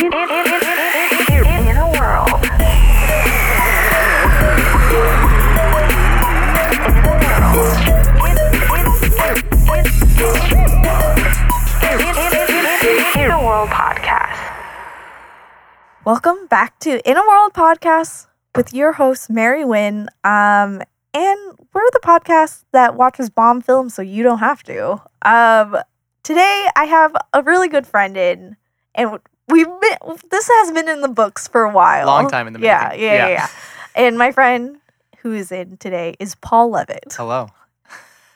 in, in, in, in, in, in, in a world. In a world podcast. Welcome back to In a World Podcast with your host, Mary Wynn. Um, and we're the podcast that watches bomb films so you don't have to. Um, today I have a really good friend in, and we've been, this has been in the books for a while. Long time in the yeah, making. yeah, yeah, Yeah. yeah. And my friend who is in today is Paul Levitt. Hello.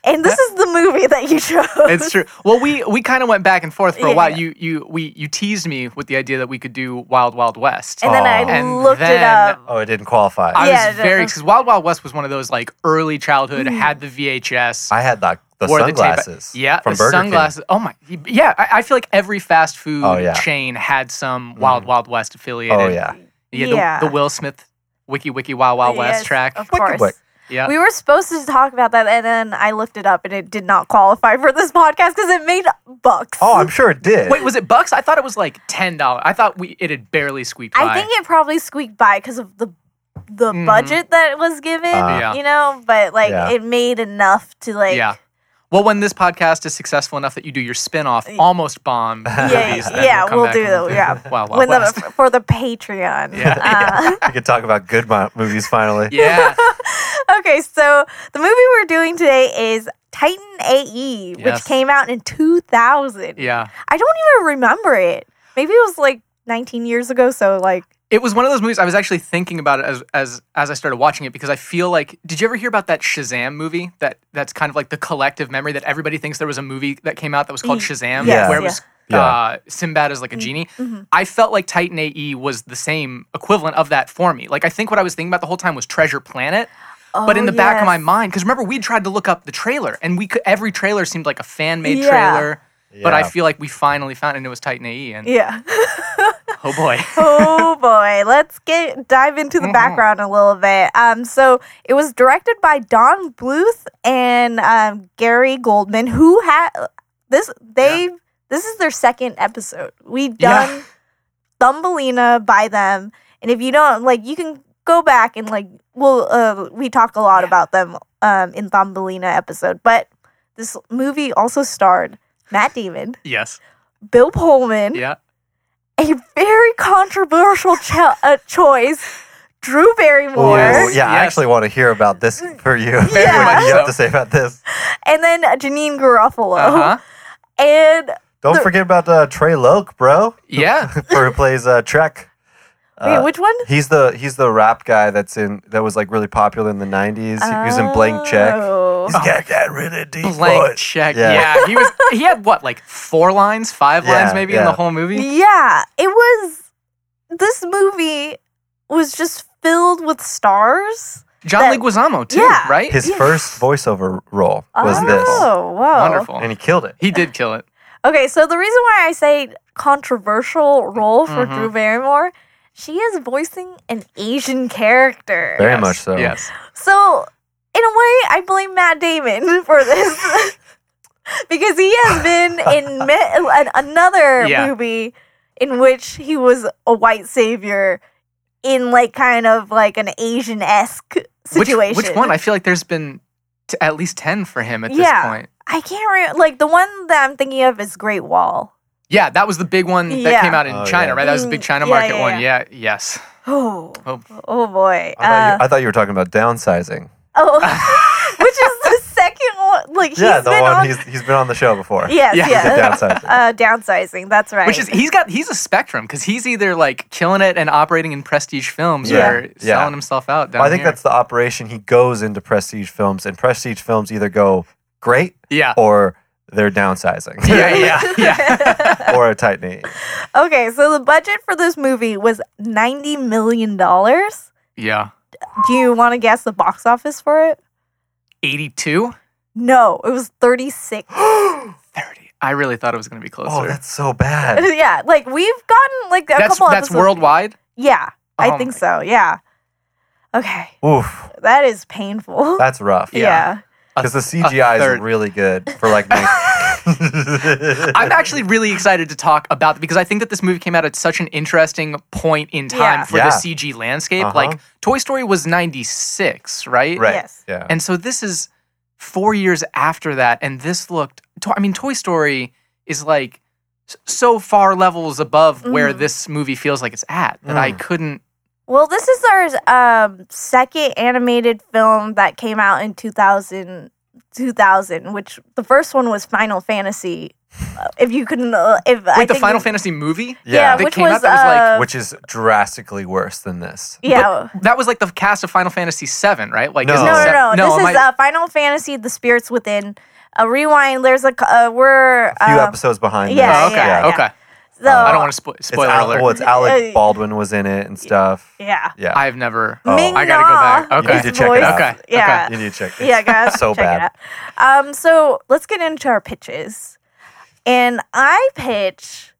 And this is the movie that you chose. It's true. Well, we we kind of went back and forth for a Yeah. while. You you we you teased me with the idea that we could do Wild Wild West. And then I Aw. And looked it then- up. Oh, it didn't qualify. I, I Yeah, was the- uh-huh. Mm-hmm. very because Wild Wild West was one of those like early childhood had the VHS. had like the wore tape. sunglasses. yeah, from the Burger sunglasses. Oh my, yeah. I, I feel like every fast food Oh, yeah. chain had some Wild Wild West King. affiliated. Oh yeah, yeah. The, Yeah. the Will Smith, Wiki Wiki Wild Wild Yes, West track. Of Wicked course. Wick. Yeah, We were supposed to talk about that, and then I looked it up, and it did not qualify for this podcast because it made bucks. Oh, I'm sure it did. Wait, was it bucks? I thought it was like ten dollars. I thought we it had barely squeaked by. I think it probably squeaked by because of the the Mhm. budget that was given, Uh, Yeah. you know. But like, Yeah. it made enough to like, yeah. Well, when this podcast is successful enough that you do your spin-off, almost bomb Yeah, movies, then yeah, come we'll back do and that, yeah. Wow, wow, when the West. for the Patreon. Yeah. Uh, we could talk about good mo- movies finally. yeah, okay, so the movie we're doing today is Titan AE, which Yes. came out in 2000. yeah. I don't even remember it. Maybe it was like 19 years ago. So like, It was one of those movies. I was actually thinking about it as as as I started watching it because I feel like. Did you ever hear about that Shazam movie? That that's kind of like the collective memory that everybody thinks there was a movie that came out that was called Ye- Shazam, yes, where it yeah. was Yeah. uh, Sinbad is like a genie. mhm. I felt like Titan AE was the same equivalent of that for me. Like I think what I was thinking about the whole time was Treasure Planet. but in oh, the back of my yes. mind because remember we tried to look up the trailer and we could every trailer seemed like a fan-made Yeah. trailer but i Yeah. feel like we finally found it and it was titan ae and yeah. oh boy oh boy let's get dive into the Mhm. background a little bit um so it was directed by don bluth and um, gary goldman who had this they this is their second episode we've Yeah. done thumbelina by them and if you don't like you can go back and like we'll uh, we talk a lot about them um in thumbelina episode but this movie also starred matt damon yes bill pullman yeah a very controversial cho- uh, choice, Drew Barrymore, Ooh, Oh, yeah, Yes, I yes. actually want to hear about this for you. Very Yeah. what much do you so. have to say about this? and then Janine Garofalo, uh-huh and Don't The- forget about uh, Trey Loke, bro, yeah for who plays uh, Trek. wait, Uh, which one? He's the he's the rap guy that's in that was like really popular in the '90s. He was in Blank Check. Oh. He's got that really deep blank voice. check Yeah. yeah. he was he had what like four lines five Yeah, lines maybe in the yeah. whole movie Yeah, it was. This movie was just filled with stars. john That- leguizamo too Yeah. right His Yeah. first voiceover role was oh, this, whoa! wonderful and he killed it. he did kill it Okay, so the reason why I say controversial role for Mm-hmm. Mhm. Drew Barrymore, she is voicing an Asian character. Very Yes, much so. yes So, in a way, I blame Matt Damon for this because he has been in me- an, another Yeah. movie in which he was a white savior in like kind of like an Asian esque which, situation. which one i feel like there's been t- at least 10 for him at Yeah. this point I can't remember. Like the one that I'm thinking of is Great Wall. yeah, that was the big one that Yeah. came out in Oh, China, yeah. right? That was the big Mm, China yeah, market yeah, one. Yeah, yes. Oh, Oh. oh boy. I thought, Uh, you, I thought you were talking about downsizing. oh, which is the second one. Like yeah, he's the been one on. he's he's been on the show before. yes, Yeah. The yes. downsizing. Uh, downsizing. That's right. Which is he's got he's a spectrum because he's either like killing it and operating in prestige films Yeah. or selling Yeah. himself out. Down Well, I think here. that's the operation. He goes into prestige films, and prestige films either go great yeah, or they're downsizing. yeah, yeah, yeah. or a tight knee. Okay, so the budget for this movie was ninety million dollars. yeah. Do you want to guess the box office for it? Eighty two. No, it was thirty six. 30. I really thought it was going to be closer. Oh, that's so bad. yeah, like we've gotten like a that's, couple. that's episodes- worldwide. Yeah, I Oh think my- so. Yeah. Okay, Oof, that is painful. that's rough. yeah. yeah. because the a CGI third. is really good for like. nine- I'm actually really excited to talk about because I think that this movie came out at such an interesting point in time Yeah. for Yeah. the CG landscape. Uh-huh. Like Toy Story was 96, right? right. Yes. Yeah. And so this is 4 years after that and this looked to- I mean Toy Story is like s- so far levels above where Mhm. this movie feels like it's at that I couldn't Well, this is our um, second animated film that came out in 2000, 2000, which the first one was Final Fantasy. Uh, If you couldn't, uh, if I Wait, the think Final it- Fantasy movie? yeah, Yeah. that which came out was, that was like- uh, Which is drastically worse than this. yeah. That was like the cast of Final Fantasy 7, right? Like No. isn't no, se- no, no, This am is I- uh, Final Fantasy: The Spirits Within. A rewind. There's a c- uh, we're A few um, episodes behind yeah, this. Oh, okay. yeah, okay. so- I don't want to spoil It's spoiler Al- alert. well, it's Alec Baldwin was in it and stuff. Yeah. Yeah. I've never Oh. Ming I gotta go Na back. Okay. You is need to check it voiced- out. Okay, Yeah. you need to check. Yeah, guys. so check bad. It out. Um, so let's get into our pitches. And I pitch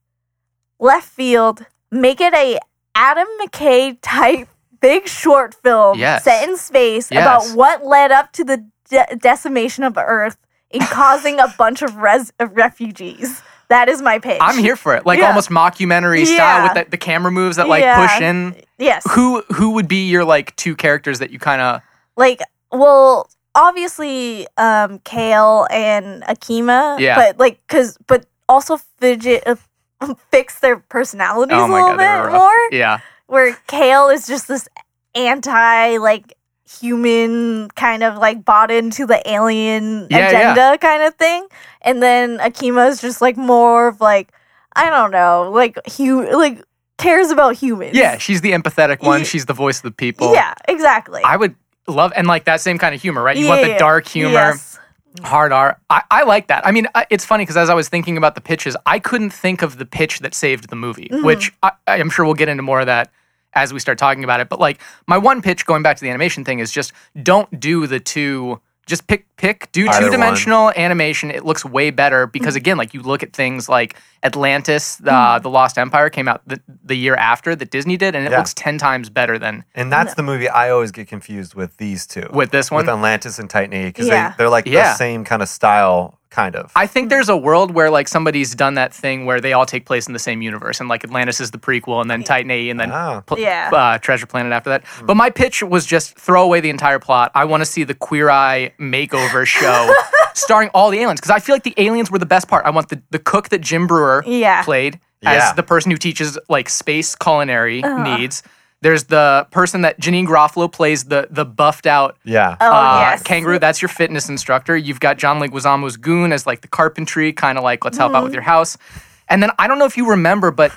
left field, make it a Adam McKay type big short film Yes. set in space Yes. about what led up to the de- decimation of Earth and causing a bunch of res- of refugees. That is my pitch. I'm here for it. Like Yeah. almost mockumentary Yeah. style with the, the camera moves that like Yeah. push in. Yes. Who who would be your like two characters that you kind of like well obviously um kale and akima Yeah. but like because but also fidget uh, fix their personalities a little Oh they're bit rough. more Yeah. where kale is just this anti like human kind of like bought into the alien Yeah, yeah. agenda kind of thing and then akima is just like more of like i don't know like hu- like cares about humans Yeah, she's the empathetic one. Ye- She's the voice of the people. yeah exactly I would love and like that same kind of humor, right? You want the Yeah. dark humor, Yes. hard R. I, I like that. I mean, I, it's funny because as I was thinking about the pitches, I couldn't think of the pitch that saved the movie, which I, I'm sure we'll get into more of that as we start talking about it. But like my one pitch, going back to the animation thing, is just don't do the two. Just pick, pick, do Either two dimensional animation. It looks way better because again, like you look at things like Atlantis, the the Lost Empire came out the, the year after that Disney did, and it Yeah. looks ten times better than And that's the movie I always get confused with these two. With this one? With Atlantis and Titan A, because Yeah. they, they're like Yeah. the same kind of style, kind of. I think there's a world where like somebody's done that thing where they all take place in the same universe, and like Atlantis is the prequel, and then Titan A, and then Ah. Hmm. pl- Yeah. uh, Treasure Planet after that. But my pitch was just throw away the entire plot. I want to see the Queer Eye makeover show starring all the aliens because I feel like the aliens were the best part. I want the the cook that Jim Brewer Yeah. played Yeah. as the person who teaches like space culinary Uh-huh. needs. There's the person that Janine Garofalo plays the the buffed out yeah. oh uh, yes Kangaroo, that's your fitness instructor. You've got John Leguizamo's goon as like the carpentry, kind of like, let's help Mm-hmm. out with your house. And then I don't know if you remember, but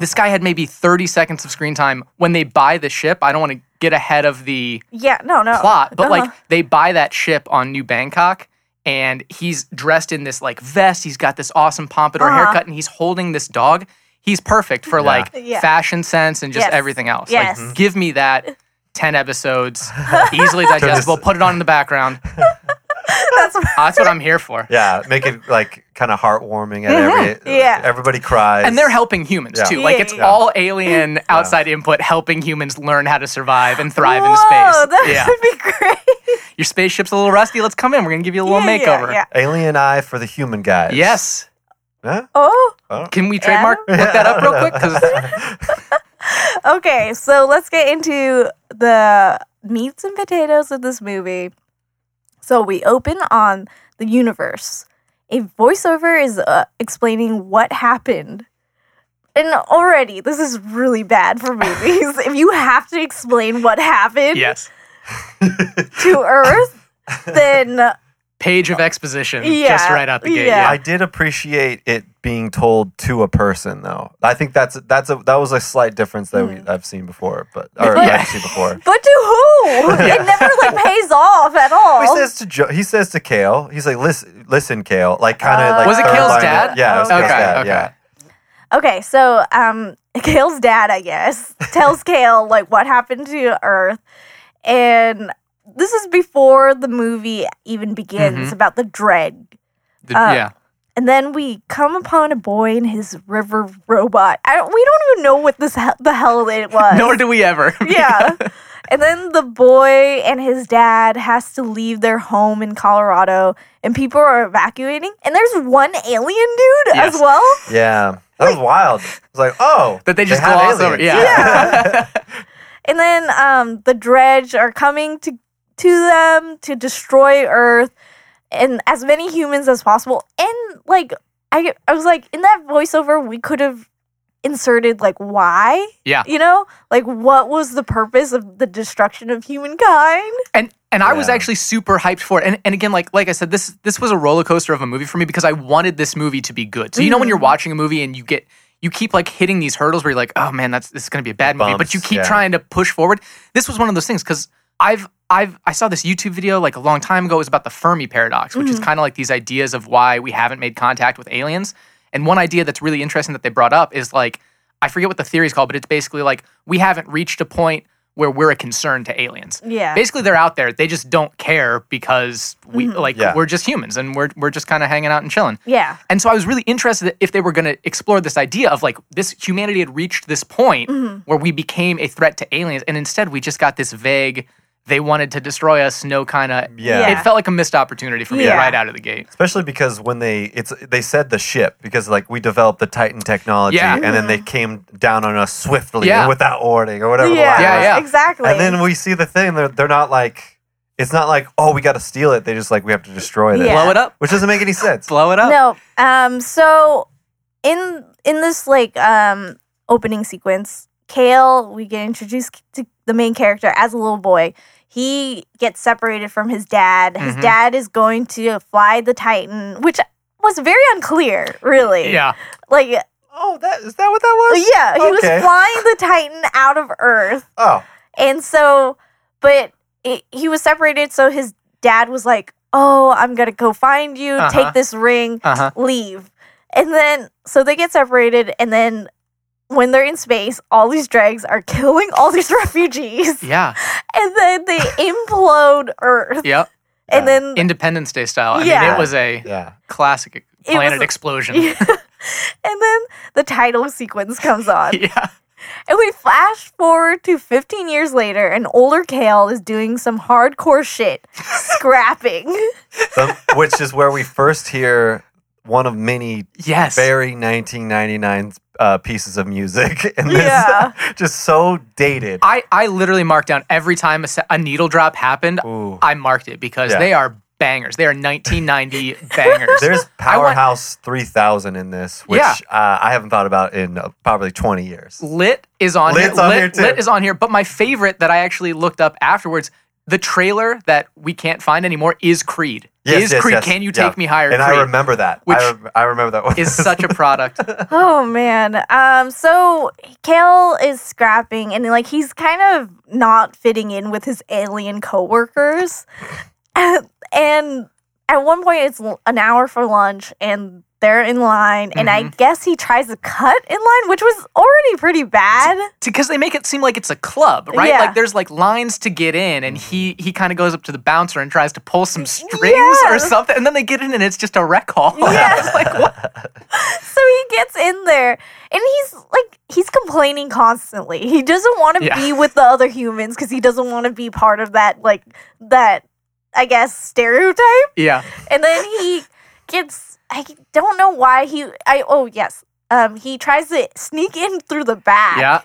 this guy had maybe 30 seconds of screen time when they buy the ship. I don't want to get ahead of the yeah no no plot, but Uh-huh. like they buy that ship on New Bangkok and he's dressed in this like vest. He's got this awesome pompadour Uh-huh. haircut and he's holding this dog. He's perfect for like Yeah. fashion sense and just Yes. everything else. Yes. Like, give me that 10 episodes, easily digestible, put it on in the background. That's That's what I'm here for. yeah. Make it like kind of heartwarming and every Mm-hmm. uh, Yeah. everybody cries. And they're helping humans Yeah. too. Like Yeah, it's yeah, all alien outside input helping humans learn how to survive and thrive Whoa, in space. That yeah. would be great. Your spaceship's a little rusty. Let's come in. We're going to give you a little Yeah, yeah, makeover. yeah. Alien Eye for the human guys. Yes. Huh? Oh, Can we trademark look that up real quick? 'Cause- okay. So let's get into the meats and potatoes of this movie. So we open on the universe. A voiceover is uh, explaining what happened. And already, this is really bad for movies. if you have to explain what happened yes, to Earth, then page of exposition Yeah, just right out the gate. yeah. Yeah. I did appreciate it being told to a person, though. I think that's that's a that was a slight difference that Mm. we, I've seen before, but or But- I've seen before. but to who? It never like pays off at all. He says to Joe, he says to Kale, he's like, listen, listen, Kale, like kind of like. Oh. Was it third Kale's line- dad? Yeah, it was Kale's Okay, dad. okay. Yeah, Okay, so um, Kale's dad, I guess, tells Kale like what happened to Earth, and this is before the movie even begins about the dread. The- yeah. And then we come upon a boy and his river robot. I don't, we don't even know what this he- the hell it was. Nor do we ever. yeah, And then the boy and his dad has to leave their home in Colorado, and people are evacuating. And there's one alien dude Yes. as well. Yeah, that was wild. It's like, oh, That they just have gloss over. aliens. Yeah. And then um, the dredge are coming to to them to destroy Earth and as many humans as possible. And like I I was like in that voiceover we could have inserted like why? Yeah. You know? Like what was the purpose of the destruction of humankind? and and I was Yeah. actually super hyped for it. And and again, like like I said, this this was a roller coaster of a movie for me because I wanted this movie to be good. So you know when Mm-hmm. you're watching a movie and you get you keep like hitting these hurdles where you're like, oh man, that's this is gonna be a bad movie, but Bumps, you keep yeah. trying to push forward. This was one of those things because I've I've I saw this YouTube video like a long time ago. It was about the Fermi paradox, which Mm. is kind of like these ideas of why we haven't made contact with aliens. And one idea that's really interesting that they brought up is like I forget what the theory is called, but it's basically like we haven't reached a point where we're a concern to aliens Yeah. basically they're out there. They just don't care because we Mm-hmm. like Yeah. we're just humans and we're we're just kind of hanging out and chilling. Yeah. And so I was really interested if they were going to explore this idea of like this humanity had reached this point Mm-hmm. where we became a threat to aliens, and instead we just got this vague. They wanted to destroy us. No kind of Yeah. Yeah. It felt like a missed opportunity for me Yeah. right out of the gate. Especially because when they it's they said the ship because like we developed the Titan technology Yeah. and then they came down on us swiftly Yeah. and without warning or whatever. the Yeah, line Yeah, was. yeah. exactly. And then we see the thing. They're, they're not like it's not like oh we got to steal it. They just like we have to destroy this, Yeah. Blow it up. which doesn't make any sense. Blow it up. No. Um. So in in this like um opening sequence, Kale, we get introduced to the main character as a little boy. He gets separated from his dad. His Mhm. dad is going to fly the Titan, which was very unclear, really. Yeah. Like, Oh, that is that what that was? yeah, he Okay. was flying the Titan out of Earth. Oh, And so, but it, he was separated. So his dad was like, Oh, I'm going to go find you, Uh-huh. take this ring, Uh-huh. leave. And then, so they get separated. And then, when they're in space, all these dregs are killing all these refugees. Yeah. And then they implode Earth. Yep. And then. Independence Day style. I mean, Yeah. it was a yeah. classic was- planet explosion. and then the title sequence comes on. yeah. And we flash forward to 15 years later, and older Kale is doing some hardcore shit, scrapping. The- which is where we first hear one of many Yes. very 1999 uh, pieces of music and this Yeah. just so dated. I, I literally marked down every time a, se- a needle drop happened, Ooh. I marked it because Yeah. they are bangers. They are 1990 bangers. There's I want- Powerhouse 3000 in this, which Yeah. uh, I haven't thought about in uh, probably 20 years. Lit is on Lit's here. on Lit, here too. Lit is on here. But my favorite that I actually looked up afterwards, the trailer that we can't find anymore is Creed. is Creed Can You yeah. Take Me Higher? And Creed I remember that. Which I, rem- I remember that one. is such a product. Oh man. Um so Kale is scrapping and like he's kind of not fitting in with his alien coworkers. and at one point it's l- an hour for lunch and they're in line and I guess he tries to cut in line, which was already pretty bad. because they make it seem like it's a club, right? Yeah. Like there's like lines to get in, and he he kind of goes up to the bouncer and tries to pull some strings or Yeah. something, and then they get in, and it's just a wreck hall. Oh, Yeah. it's like what? So he gets in there and he's like he's complaining constantly. He doesn't want to Yeah. be with the other humans cuz he doesn't want to be part of that like that I guess stereotype. Yeah, and then he gets I don't know why he I oh yes. Um he tries to sneak in through the back. yeah.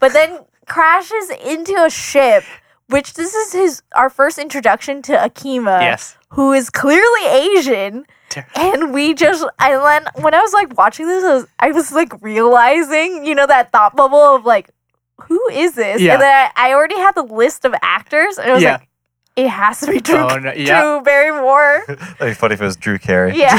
But then crashes into a ship, which this is his our first introduction to Akima. Yes. Who is clearly Asian. Ter- And we just and then when I was like watching this, I was, I was like realizing, you know, that thought bubble of like, who is this? Yeah. And then I, I already had the list of actors and I was Yeah. like, it has to be Drew, Oh, no, yeah. Drew Barrymore. That'd be funny if it was Drew Carey. Yeah.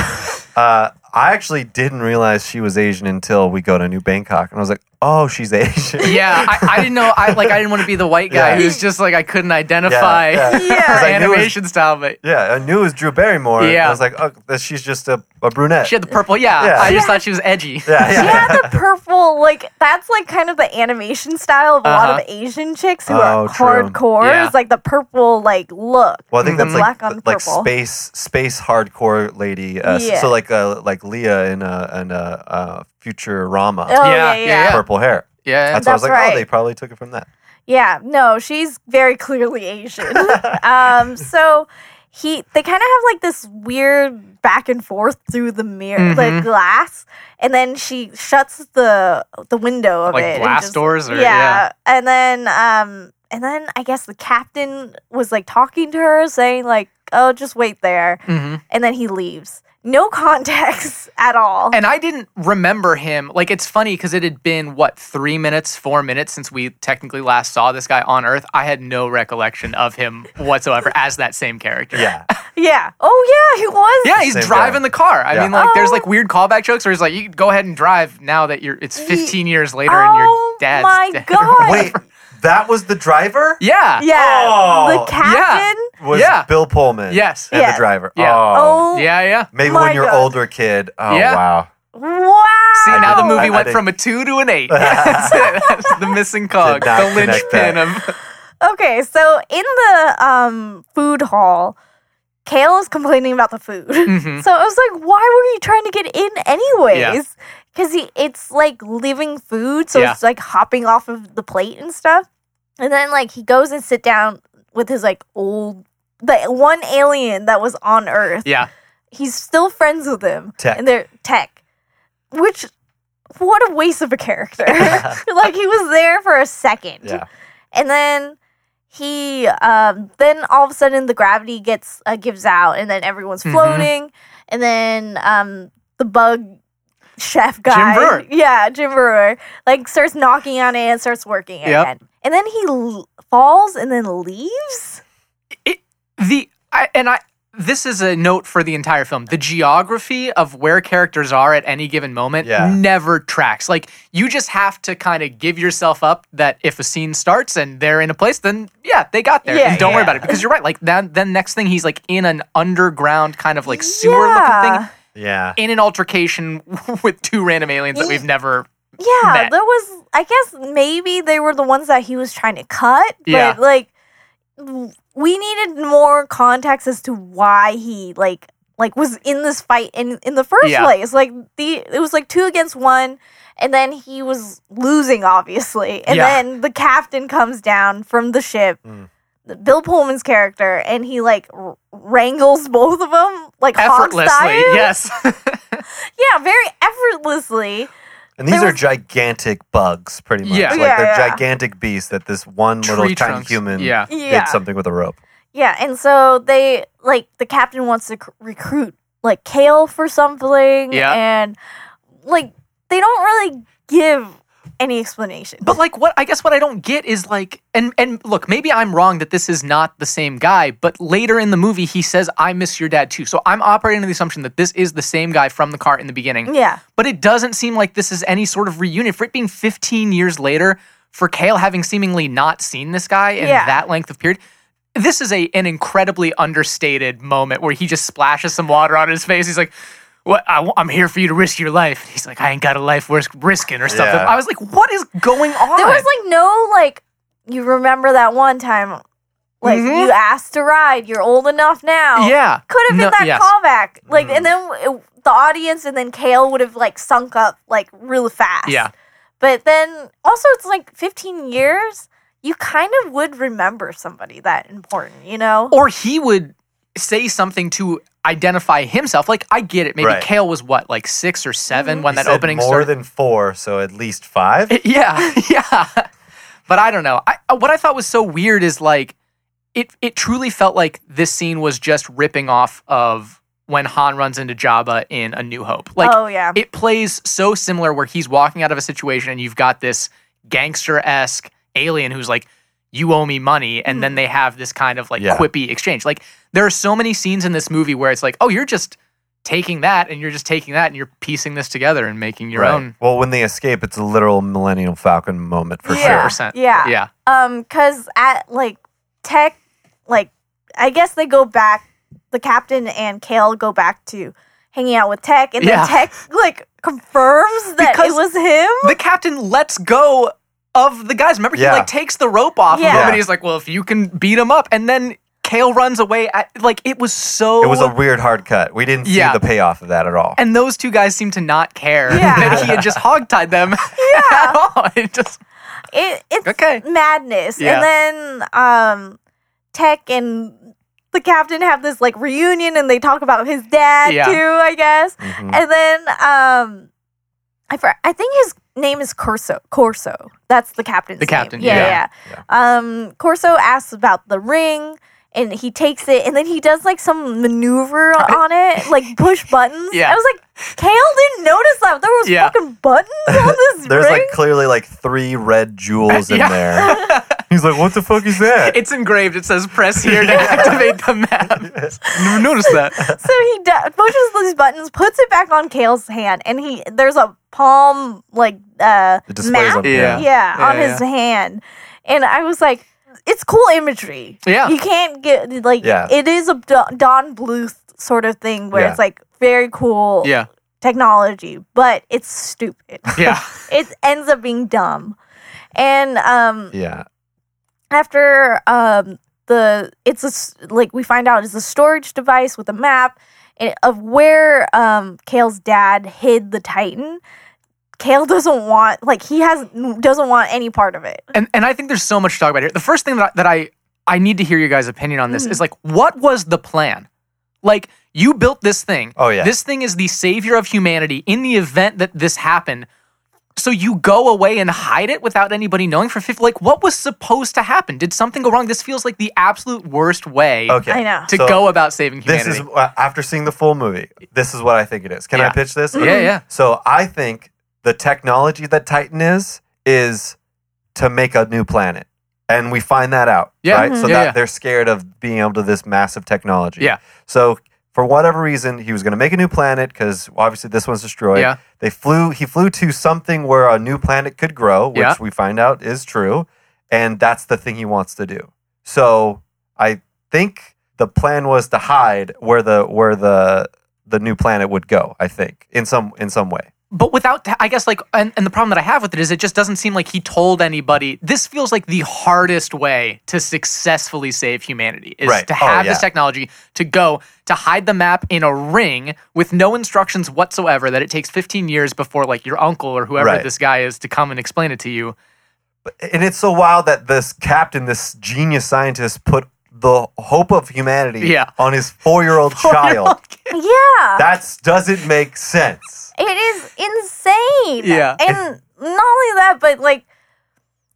Uh, I actually didn't realize she was Asian until we go to New Bangkok. And I was like, oh, she's Asian. Yeah, I, I didn't know. I like I didn't want to be the white guy Yeah. who's just like I couldn't identify yeah. her Yeah. 'Cause I knew it was- animation style, but Yeah, I knew it was Drew Barrymore. and Yeah. I was like, oh, that- she's just a, a brunette. she had the purple. Yeah, Yeah. I just Yeah. thought she was edgy. yeah, She had the purple, like that's like kind of the animation style of a lot Uh-huh. of Asian chicks who Oh, are true. hardcore. Yeah. It's like the purple like look. Well, I think that's like Black on th- like purple. space space hardcore lady. Uh, s- Yeah. So like uh, like Leah in a in a uh, Futurama, Oh Yeah, yeah, yeah. yeah, Oh, yeah, purple hair. Yeah, That's, why I was That's like, oh, right. they probably took it from that. Yeah, no, she's very clearly Asian. um, so he they kind of have like this weird back and forth through the mirror, Mm-hmm. like glass, and then she shuts the the window of Like it, and glass just- doors or- yeah. and then um, and then I guess the captain was like talking to her, saying like, "Oh, just wait there," Mm-hmm. and then he leaves. No context at all. And I didn't remember him. Like, it's funny because it had been, what, three minutes, four minutes since we technically last saw this guy on Earth. I had no recollection of him whatsoever as that same character. Yeah. yeah. Oh yeah, he was. Yeah, he's Same guy. driving the car. I Yeah. mean, like, there's Oh. like weird callback jokes where he's like, you can go ahead and drive now that you're, it's 15 years later and Oh your dad's my dead. God. Wait, that was the driver? yeah. Yeah. Oh, the captain. Was Yeah. Bill Pullman. Yes. And Yes. the driver. Yeah. Oh. Oh, Yeah, yeah. Maybe my when you're God. older kid. Oh Yeah. wow. Wow. See, now the movie I- I went did- from a two to an eight. That's it. That's the missing cog, Did not the connect linchpin that. of. Okay, so in the um, food hall, Kale is complaining about the food. Mm-hmm. So I was like, why were you trying to get in anyways? Because he it's like living food, so Yeah. it's like hopping off of the plate and stuff. And then like he goes and sit down with his like old the one alien that was on Earth. Yeah. He's still friends with him. Tech. And they're tech. Which what a waste of a character. like he was there for a second. Yeah. And then he um then all of a sudden the gravity gets uh, gives out and then everyone's Mm-hmm. floating and then um the bug chef guy Brewer. yeah Jim Brewer like starts knocking on it and starts working it Yep. again. and then he l- falls and then leaves it, the I, and I this is a note for the entire film. The geography of where characters are at any given moment Yeah. never tracks. Like you just have to kind of give yourself up that if a scene starts and they're in a place, then yeah, they got there. Yeah, and don't yeah. worry about it because you're right. Like then then next thing he's like in an underground kind of like sewer looking Yeah. thing Yeah. in an altercation with two random aliens that we've never yeah Matt. there was I guess maybe they were the ones that he was trying to cut but Yeah. like w- we needed more context as to why he like like was in this fight in in the first Yeah. place. Like the it was like two against one, and then he was losing obviously, and Yeah. then the captain comes down from the ship. Mm. Bill Pullman's character, and he like r- wrangles both of them like effortlessly. hog-style. Yes. yeah, very effortlessly. And these There are was- gigantic bugs, pretty much. Yeah. Like Yeah, they're yeah. gigantic beasts that this one little Tree tiny trunks. human Yeah. Yeah, did something with a rope. Yeah, and so they like the captain wants to c- recruit like Kale for something, Yeah. and like they don't really give any explanation. But like what I guess what I don't get is like and and look, maybe I'm wrong that this is not the same guy, but later in the movie he says I miss your dad too. So I'm operating under the assumption that this is the same guy from the car in the beginning. yeah, But it doesn't seem like this is any sort of reunion for it being 15 years later for Kale having seemingly not seen this guy in Yeah. that length of period. This is a an incredibly understated moment where he just splashes some water on his face. He's like what I, am here for you to risk your life. He's like, I ain't got a life worth risking or something. Yeah. I was like, what is going on? there was like no like you remember that one time like Mhm. you asked to ride. You're old enough now. Yeah. could have been No- that yes. Mm-hmm. callback. Like, and then it, the audience and then Kale would have like sunk up like really fast. Yeah. But then also, it's like 15 years. You kind of would remember somebody that important, you know? Or he would say something to identify himself. Like, I get it. Maybe Right. Kale was what, like six or 7 Mm-hmm. when He that said opening more started? than four, so at least five. yeah. Yeah. but I don't know. I, I- what I thought was so weird is like, it, it truly felt like this scene was just ripping off of when Han runs into Jabba in A New Hope. Like, oh, yeah. it plays so similar where he's walking out of a situation and you've got this gangster esque alien who's like, you owe me money. And Hmm. then they have this kind of like Yeah. quippy exchange. Like, there are so many scenes in this movie where it's like, oh, you're just taking that and you're just taking that and you're piecing this together and making your Right. own. Well, when they escape, it's a literal Millennium Falcon moment for Yeah. sure. 100%. Yeah. Yeah. Um, cause at like tech, like I guess they go back. The captain and Kale go back to hanging out with Tech, and Yeah. then Tech like confirms that Because- it was him. The captain lets go of the guys. Remember, Yeah. he like takes the rope off of Yeah. him and he's like, well, if you can beat him up. And then Kale runs away. At, like, it was so. It was a weird hard cut. We didn't Yeah. see the payoff of that at all. And those two guys seem to not care Yeah. that he had just hogtied them at all. It just it, it's Okay. madness. Yeah. And then um, Tech and the captain have this like reunion, and they talk about his dad Yeah. Mm-hmm. too, I guess. Mhm. And then um, I for, I think his name is Corso. Corso. That's the captain's The captain, Name. Yeah, yeah. yeah. yeah. Um, Corso asks about the ring. And he takes it, and then he does like some maneuver on it, like push buttons. Yeah. I was like, Kale didn't notice that there was Yeah. fucking buttons on this There's ring. like clearly like three red jewels in Yeah. there. He's like, what the fuck is that? It's engraved. It says press here to activate the map. N- Notice that. So he d- pushes these buttons, puts it back on Kale's hand, and he there's a palm like uh It displays map, up yeah, there. Yeah. on Yeah, his hand, and I was like, it's cool imagery. Yeah. you can't get like Yeah. it is a Do- Don Bluth sort of thing where Yeah. it's like very cool Yeah. technology, but it's stupid. Yeah. it ends up being dumb, and um Yeah. after um the it's a s like we find out it's a storage device with a map and- of where um Kale's dad hid the Titan. Kale doesn't want like he has doesn't want any part of it. And and I think there's so much to talk about here. The first thing that I, that I I need to hear your guys' opinion on this is like, what was the plan? Like you built this thing. Oh, yeah. This thing is the savior of humanity in the event that this happened. So you go away and hide it without anybody knowing for 50 like what was supposed to happen? Did something go wrong? This feels like the absolute worst way Okay. I know. to So go about saving This humanity. is uh, after seeing the full movie. This is what I think it is. Can Yeah. I pitch this? Mm-hmm. Yeah, yeah. So I think the technology that Titan is is to make a new planet, and we find that out. Yeah. Right. So Mhm. Yeah, that yeah. they're scared of being able to this massive technology. Yeah. So for whatever reason, he was going to make a new planet because obviously this one's destroyed. Yeah. They flew. He flew to something where a new planet could grow, which Yeah. we find out is true, and that's the thing he wants to do. So I think the plan was to hide where the where the the new planet would go. I think in some in some way. but without i guess like and, and the problem that i have with it is it just doesn't seem like he told anybody this feels like the hardest way to successfully save humanity is Right. to Oh, have this yeah. technology to go to hide the map in a ring with no instructions whatsoever that it takes 15 years before like your uncle or whoever Right. this guy is to come and explain it to you And it's so wild that this captain, this genius scientist, put the hope of humanity Yeah. on his four year old child. Yeah. That doesn't make sense. It is insane. Yeah. And not only that, but like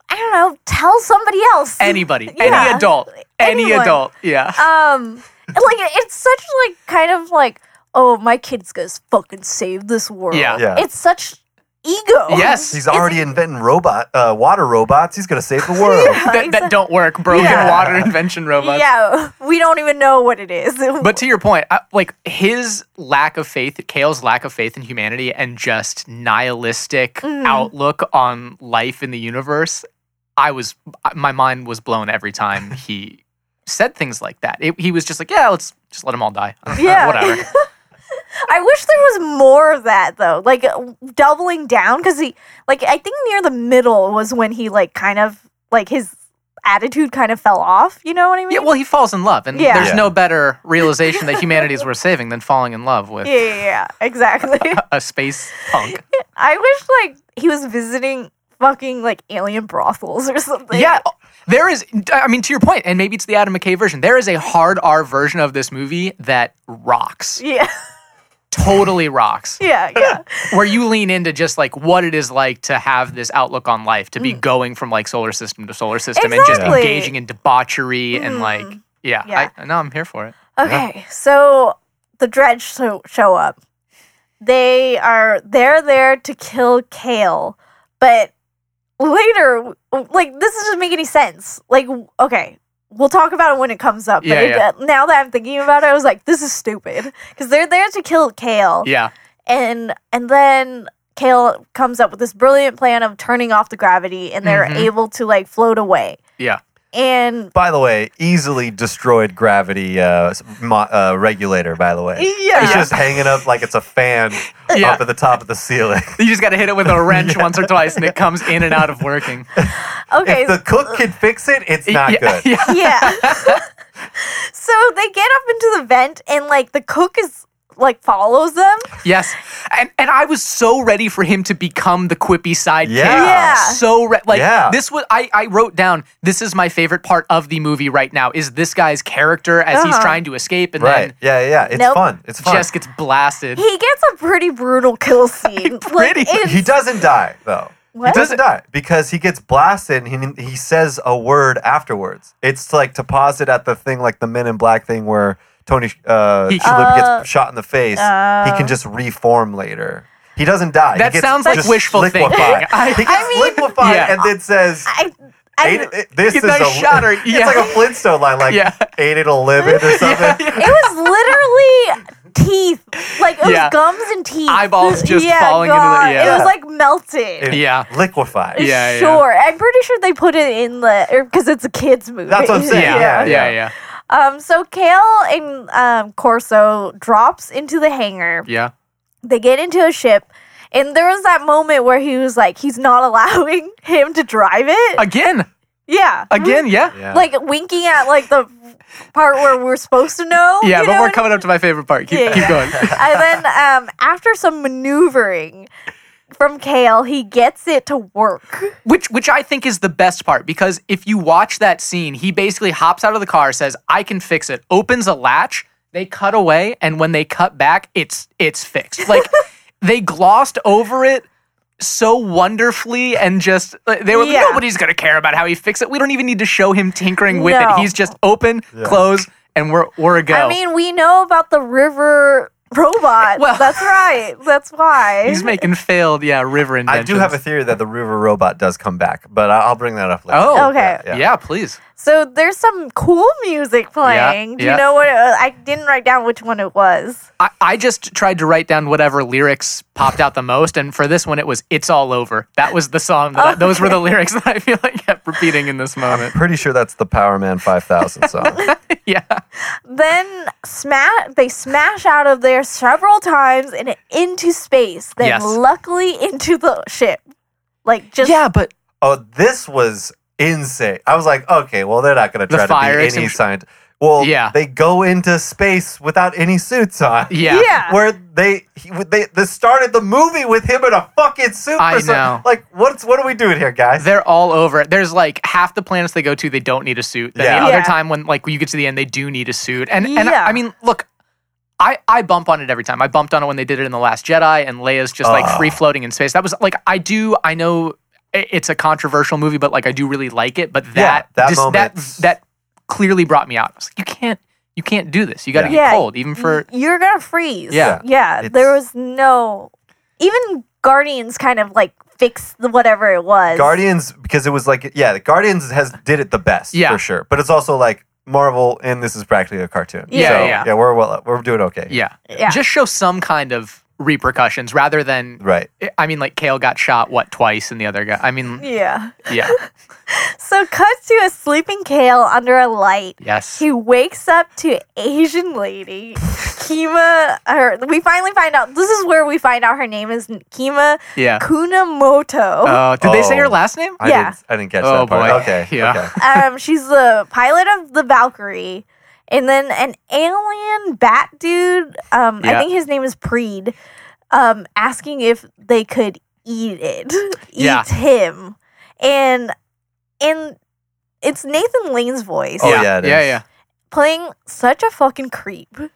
I don't know, tell somebody else. anybody Yeah. any adult any Anyone. adult yeah um like it's such like kind of like oh my kid's gonna fucking save this world Yeah. Yeah. it's such ego Yes. He's already inventing robot uh, water robots. He's gonna save the world. that, that don't work broken Yeah. water invention robots yeah we don't even know what it is But to your point, I, like his lack of faith, Kale's lack of faith in humanity and just nihilistic Mm-hmm. outlook on life in the universe, I was my mind was blown every time he said things like that. It, he was just like, yeah, let's just let them all die. I don't know, Yeah. whatever. i wish there was more of that though like uh, doubling down because he like i think near the middle was when he like kind of like his attitude kind of fell off you know what i mean Yeah, well, he falls in love, and Yeah. there's Yeah. no better realization that humanity is worth saving than falling in love with yeah, yeah, yeah, exactly. a space punk. I wish like he was visiting fucking like alien brothels or something. Yeah. There is, I mean, to your point, and maybe it's the Adam McKay version, there is a hard R version of this movie that rocks. yeah, totally rocks yeah, yeah. where you lean into just like what it is like to have this outlook on life to Mm. be going from like solar system to solar system and just Exactly. engaging in debauchery Mm. and like yeah, Yeah. I, no i'm here for it Okay, so the Dredge show, show up. They are they're there to kill Kale, but later, like this doesn't make any sense. Like, okay, we'll talk about it when it comes up. But Yeah, it- yeah. now that I'm thinking about it, I was like, this is stupid because they're there to kill Kale, yeah and and then Kale comes up with this brilliant plan of turning off the gravity, and they're Mhm. able to like float away. yeah And By the way, easily destroyed gravity uh, s- mo- uh, regulator. By the way, Yeah. it's just hanging up like it's a fan Yeah. up at the top of the ceiling. you just got to hit it with a wrench once or twice and it comes in and out of working okay, if the cook can fix it, it's not yeah, good. yeah. yeah. so they get up into the vent, and like the cook is like follows them. Yes, and and I was so ready for him to become the quippy sidekick. Yeah. Yeah. so re- like Yeah. this was I I wrote down this is my favorite part of the movie right now is this guy's character as he's Uh-huh. trying to escape and Right. Yeah, yeah. It's Nope. fun. It's then fun. just gets blasted. He gets a pretty brutal kill scene. Pretty. Like, it's- he doesn't die though. What? He doesn't die because he gets blasted and he, he says a word afterwards. It's like to pause it at the thing like the Men in Black thing where Tony uh, He- Shalhoub Oh. gets shot in the face. he can just reform later. He doesn't die. He That gets sounds like just wishful thinking. liquefied. I- he gets I mean- liquefied Yeah. and then says, I, I, "Ain't it- this is Nice a shot, or- it's yeah. like a Flintstone line, like Yeah. ain't it'll live it or something." it was literally teeth. Like it Yeah. was gums and teeth. Eyeballs just yeah, falling into the- God. It yeah. was like melting. It Yeah. liquefied. Yeah. sure. I'm pretty sure they put it in the because it's a kids movie. That's what I'm saying. Yeah, yeah, Yeah, yeah, yeah. yeah. Um, so Kale and um, Corso drops into the hangar. They get into a ship, and there was that moment where he was like, he's not allowing him to drive it. Again, yeah, again, yeah, yeah. Yeah. like winking at like the part where we're supposed to know. you but know we're what I coming up to my favorite part. Keep, Yeah, keep yeah. going. and then um, after some maneuvering from Kale, he gets it to work. Which which I think is the best part because if you watch that scene, he basically hops out of the car, says, "I can fix it," opens a latch, they cut away, and when they cut back, it's it's fixed. Like they glossed over it so wonderfully and just like, they were like, Yeah. nobody's gonna care about how he fixed it. We don't even need to show him tinkering with No. it. He's just open, close, and we're we're a go. I mean, we know about the river robot. Well- that's right. That's why. He's making failed, yeah, river I inventions. do have a theory that the River Robot does come back, but I- I'll bring that up later. Oh, Okay. yeah, Yeah. please. so there's some cool music playing. Do you yeah. know what? It was? I didn't write down which one it was. I, I just tried to write down whatever lyrics popped out the most, and for this one, it was "It's All Over." That was the song. That I- those were the lyrics that I feel like kept repeating in this moment. Pretty sure that's the Power Man 5000 song. Yeah, Then smash. They smash out of there several times and into space. Then Yes. luckily into the ship. Like just yeah, but oh, this was insane. I was like, okay, well, they're not going to The try fire to be any extinguisher- scientist. Well, Yeah. they go into space without any suits on. yeah, Where they he, they this started the movie with him in a fucking suit. I or something. know. Like, what's what are we doing here, guys? they're all over. it. There's like half the planets they go to, they don't need a suit. Then the Yeah. other Yeah. time, when like you get to the end, they do need a suit. And and Yeah. I mean, look. I, I bump on it every time. I bumped on it when they did it in The Last Jedi and Leia's just like Oh. free floating in space. That was like, I do, I know i- it's a controversial movie, but like I do really like it. But that, that just- that, moment's- that clearly brought me out. I was like, you can't, you can't do this. You got to Yeah. get cold, even for, you're gonna freeze. Yeah. yeah. It's- there was no even Guardians kind of like fixed the whatever it was. Guardians because it was like yeah, the Guardians has did it the best Yeah. for sure. But it's also like Marvel and this is practically a cartoon. Yeah, so, yeah. yeah, we're well, we're doing okay. yeah. Yeah. Just show some kind of repercussions rather than, Right. I mean, like Kale got shot, what, twice and the other guy. I mean, Yeah. yeah. So cut to a sleeping Kale under a light. Yes. He wakes up to Asian lady Kima. Her, we finally find out. This is where we find out her name is Kima Yeah. Kunamoto. Uh, did they say her Oh. last name? I Yeah. didn't I didn't catch Oh, that part. boy. Okay. Yeah. Okay. um, she's the pilot of the Valkyrie, and then an alien bat dude. Um, Yeah. I think his name is Preed. Um, asking if they could eat it, eat Yeah. him, and and it's Nathan Lane's voice Oh, yeah, it yeah, is. yeah. playing such a fucking creep. And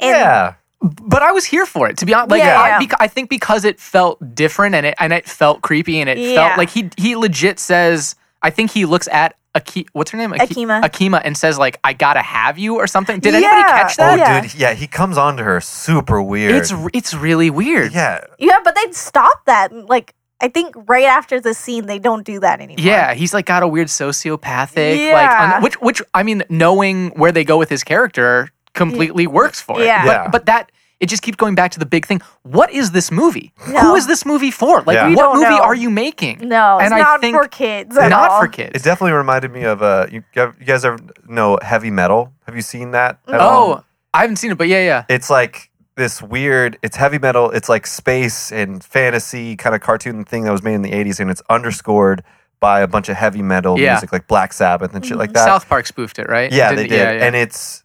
yeah. but I was here for it to be honest. Like Yeah. I, Yeah. bec- I think because it felt different and it and it felt creepy and it Yeah. felt like he he legit says I think he looks at Aki, what's her name Aki- Akima. Akima and says like I gotta have you or something. Did anybody Yeah. catch Oh, that? Yeah. dude. Yeah, he comes on to her super weird. It's r- it's really weird. yeah. yeah, but they stopped that. Like I think right after the scene, they don't do that anymore. Yeah, he's like got a weird sociopathic like Yeah. un- which which I mean knowing where they go with his character completely works for it. Yeah. But Yeah. but that it just keeps going back to the big thing. What is this movie? Who No. is this movie for? Like Yeah. We what don't movie know. are you making? no, it's And I not think- for kids. At Not all. for kids. It definitely reminded me of uh you, you guys ever know heavy metal? Have you seen that? at all? Oh, I haven't seen it, but yeah, yeah. It's like this weird it's heavy metal, it's like space and fantasy kind of cartoon thing that was made in the 80s and it's underscored by a bunch of heavy metal Yeah. Mm-hmm. music like Black Sabbath and shit like that. South Park spoofed it, right? yeah, Didn't they it? did. And it's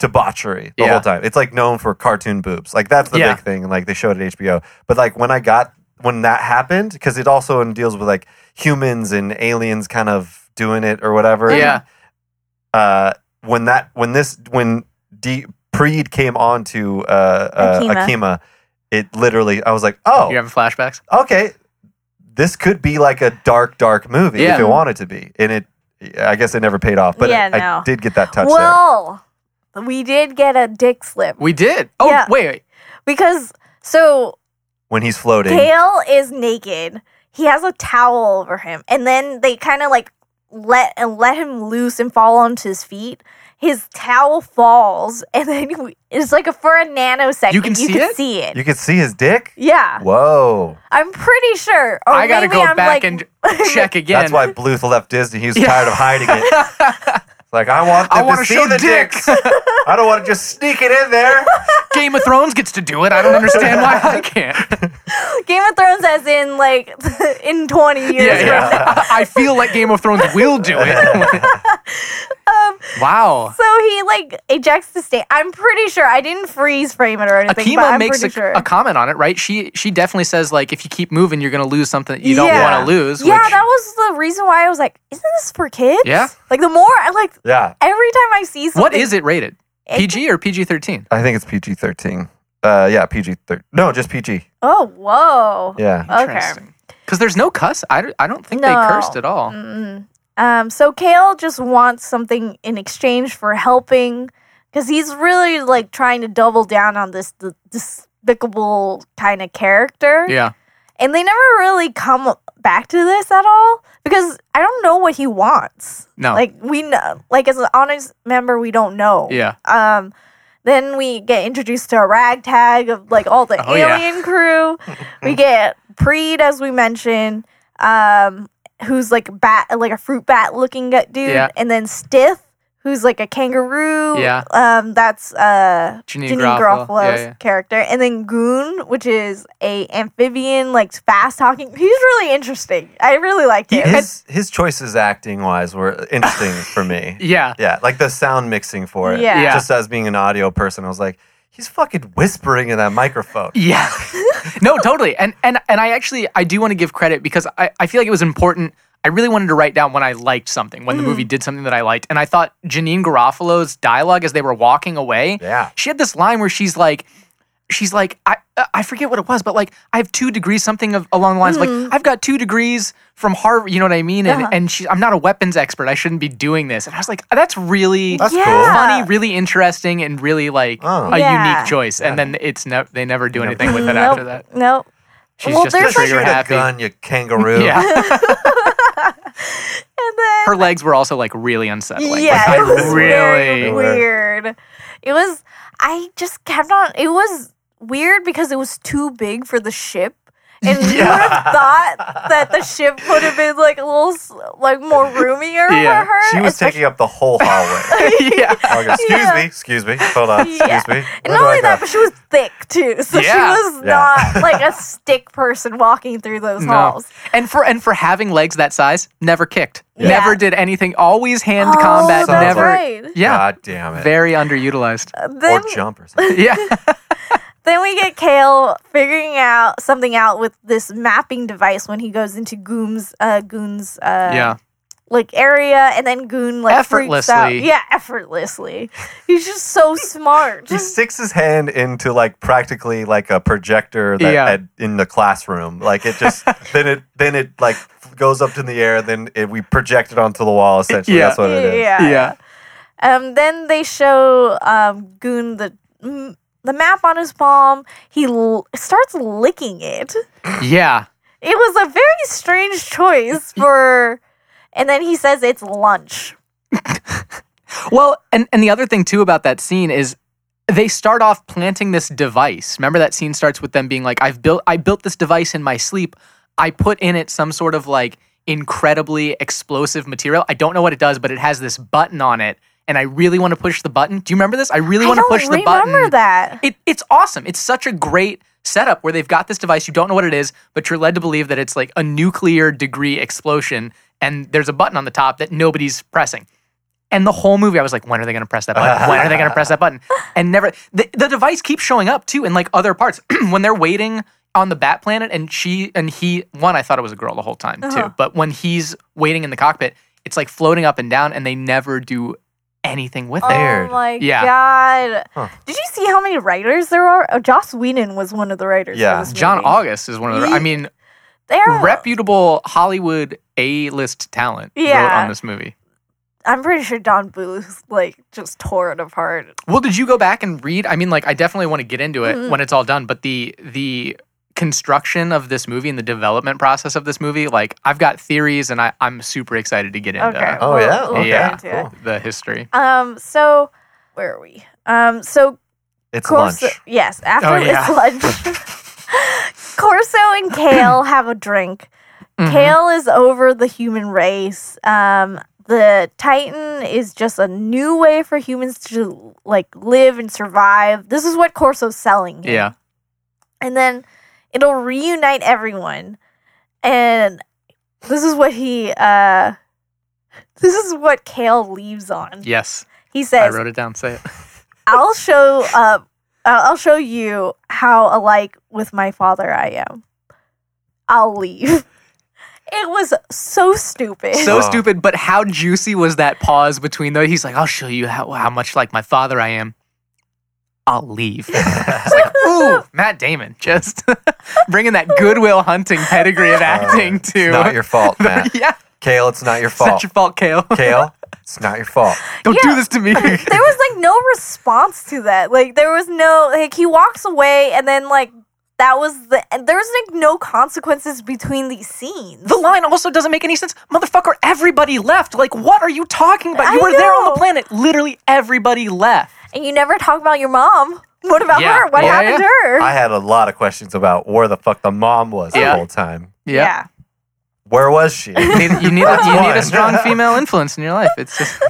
debauchery the Yeah. whole time. It's like known for cartoon boobs. Like that's the Yeah. big thing. and, Like they showed at HBO. But like when I got when that happened, because it also deals with like humans and aliens kind of doing it or whatever. Yeah. Uh, when that when this when D Preed came on to uh, uh, Akima. Akima. it literally I was like, oh, You having flashbacks? okay, this could be like a dark, dark movie Yeah. if it wanted to be. And it, I guess it never paid off, but Yeah, I- no. I did get that touch well, we did get a dick slip We did. Oh Yeah. wait, wait. because so there when he's floating. Kale is naked. He has a towel over him, and then they kind of like let and let him loose and fall onto his feet. His towel falls, and then you- it's like a, for a nanosecond You can see it? see it. you could see his dick. yeah, Whoa, I'm pretty sure. Or I gotta maybe go I'm, like- back and check again. that's why Bluth left Disney. He was tired of hiding it. It's like I want I them want to to see show the dicks. dicks. I don't want to just sneak it in there. Game of Thrones gets to do it. I don't understand why I can't. Game of Thrones, as in like in 20 years. Yeah, from- yeah. I feel like Game of Thrones will do it. Um, wow. So he like ejects the state. I'm pretty sure I didn't freeze frame it or anything. but Akima I'm makes a, pretty sure. a comment on it, right? She she definitely says like if you keep moving, you're gonna lose something that you don't Yeah. want to lose. Yeah, which, that was the reason why I was like, isn't this for kids? Yeah. Like the more I like Yeah, every time I see something what is it rated? I PG or PG thirteen? I think it's PG thirteen. Uh, yeah, PG thirteen. No, just PG. Oh whoa. Yeah, Okay. Because there's no cuss. I, don't- I don't think they No. Mm. cursed at all. Um so Kale just wants something in exchange for helping cuz he's really like trying to double down on this d- despicable kind of character. Yeah. And they never really come back to this at all because I don't know what he wants. No. Like we know, like as an honest member, we don't know. Yeah. Um, then we get introduced to a ragtag of like all the Oh, yeah. alien crew. we get Preed, as we mentioned, um, who's like a bat, like a fruit bat looking gut dude, Yeah. and then Stiff, who's like a kangaroo. Yeah. Um, that's uh. Janine, Janine Garofalo. Garofalo's Yeah, yeah. character, and then Goon, which is a amphibian, like fast talking. He's really interesting. I really liked him. his his choices acting wise were interesting for me. Yeah. Yeah, like the sound mixing for it. Yeah. Yeah. Just as being an audio person, I was like, he's fucking whispering in that microphone. Yeah. no, totally. And and and I actually I do want to give credit because I, I feel like it was important. I really wanted to write down when I liked something, when the movie Mm. did something that I liked. And I thought Janine Garofalo's dialogue as they were walking away, Yeah. she had this line where she's like, she's like, I I forget what it was, but like I have two degrees, something of, along the lines of Mm. like I've got two degrees from Harvard. You know what I mean? And Uh-huh. and she, I'm not a weapons expert. I shouldn't be doing this. And I was like, that's really That's yeah. cool. funny, really interesting, and really like Oh. a Yeah. unique choice. And then it's ne- they never do anything with it Nope, after that. Nope. She's Well, just there's, a like- Shoot trigger a happy. gun, you kangaroo. Yeah, And then her legs were also like really unsettling. yeah, Like, it I was very really. weird. It was. I just kept on. It was weird because it was too big for the ship. And you would have thought that the ship would have been like a little, s- like more roomier Yeah, for her. She was especially- taking up the whole hallway. yeah. I was like, excuse Yeah. me, excuse me. Hold on, excuse Yeah. me. And Where do not I only that, go? but she was thick too, so she Yeah. was Yeah. not like a stick person walking through those No. halls. And for and for having legs that size, never kicked. Yeah. Never did anything. Always hand Oh, combat. that's never. right. Yeah. God damn it. Very underutilized. Then or jump or something. yeah. Then we get Kale figuring out something out with this mapping device when he goes into Goon's uh Goon's uh yeah. like area and then Goon like freaks out. Effortlessly. Yeah, effortlessly. He's just so smart. He Just sticks his hand into like practically like a projector that Yeah. had in the classroom. Like it just then it then it like goes up in the air. Then it, we project it onto the wall. Essentially, Yeah. that's what it is. yeah. Um then they show um Goon the mm, the map on his palm. He l- starts licking it. Yeah. It was a very strange choice for and then he says it's lunch. Well, and, and the other thing too about that scene is they start off planting this device. Remember that scene starts with them being like, I've built I built this device in my sleep. I put in it some sort of like incredibly explosive material. I don't know what it does, but it has this button on it. And I really want to push the button. Do you remember this? I really I want to don't push the button. remember that. It, it's awesome. It's such a great setup where they've got this device. You don't know what it is, but you're led to believe that it's like a nuclear degree explosion, and there's a button on the top that nobody's pressing. And the whole movie, I was like, when are they going to press that button? When are they going to press that button? And never, the, the device keeps showing up too in like other parts when they're waiting on the Bat Planet and she and he, one, I thought it was a girl the whole time Uh-huh. too. But when he's waiting in the cockpit, it's like floating up and down and they never do anything with it. Weird. Oh my Yeah. god! Huh. Did you see how many writers there are? Oh, Joss Whedon was one of the writers. Yeah. for this John movie. August is one of the, I mean, They're- reputable Hollywood A list talent wrote Yeah. on this movie. I'm pretty sure Don Bluth like just tore it apart. Well, did you go back and read? I mean, like, I definitely want to get into it Mhm. when it's all done, but the the construction of this movie and the development process of this movie, like, I've got theories, and I, I'm super excited to get into Okay. Oh, we'll- yeah? we'll get Yeah. into it. Cool. the history. Um. So where are we? Um. So It's Corso, lunch. Yes, after Oh, yeah. it's lunch. Corso and Kale have a drink. Mm-hmm. Kale is over the human race. Um, the Titan is just a new way for humans to like live and survive. This is what Corso's selling. him. Mm-hmm. Yeah. And then it'll reunite everyone. And this is what he uh this is what Kale leaves on. Yes. He I says, wrote it down. Say it. I'll show up. Uh, I'll show you how alike with my father I am. I'll leave. It was so stupid. So Oh. stupid, but how juicy was that pause between though? He's like, I'll show you how, how much like my father I am. I'll leave. it's like, ooh, Matt Damon, just bringing that goodwill hunting pedigree of acting Uh, to. It's not your fault, Matt. yeah. Kale, it's not your It's not fault. your fault, Kale. Kale, it's not your fault. Don't Yeah. do this to me. there was like no response to that. Like there was no like he walks away and then like that was the and there was like no consequences between these scenes. the line also doesn't make any sense. Motherfucker, everybody left. Like, what are you talking about? You I were there on know. the planet. Literally everybody left. and you never talk about your mom. What about Yeah. her? What Yeah, happened to her? I had a lot of questions about where the fuck the mom was Yeah. the whole time. yeah. Where was she? You need, you need, That's you need one. a strong female influence in your life. It's just.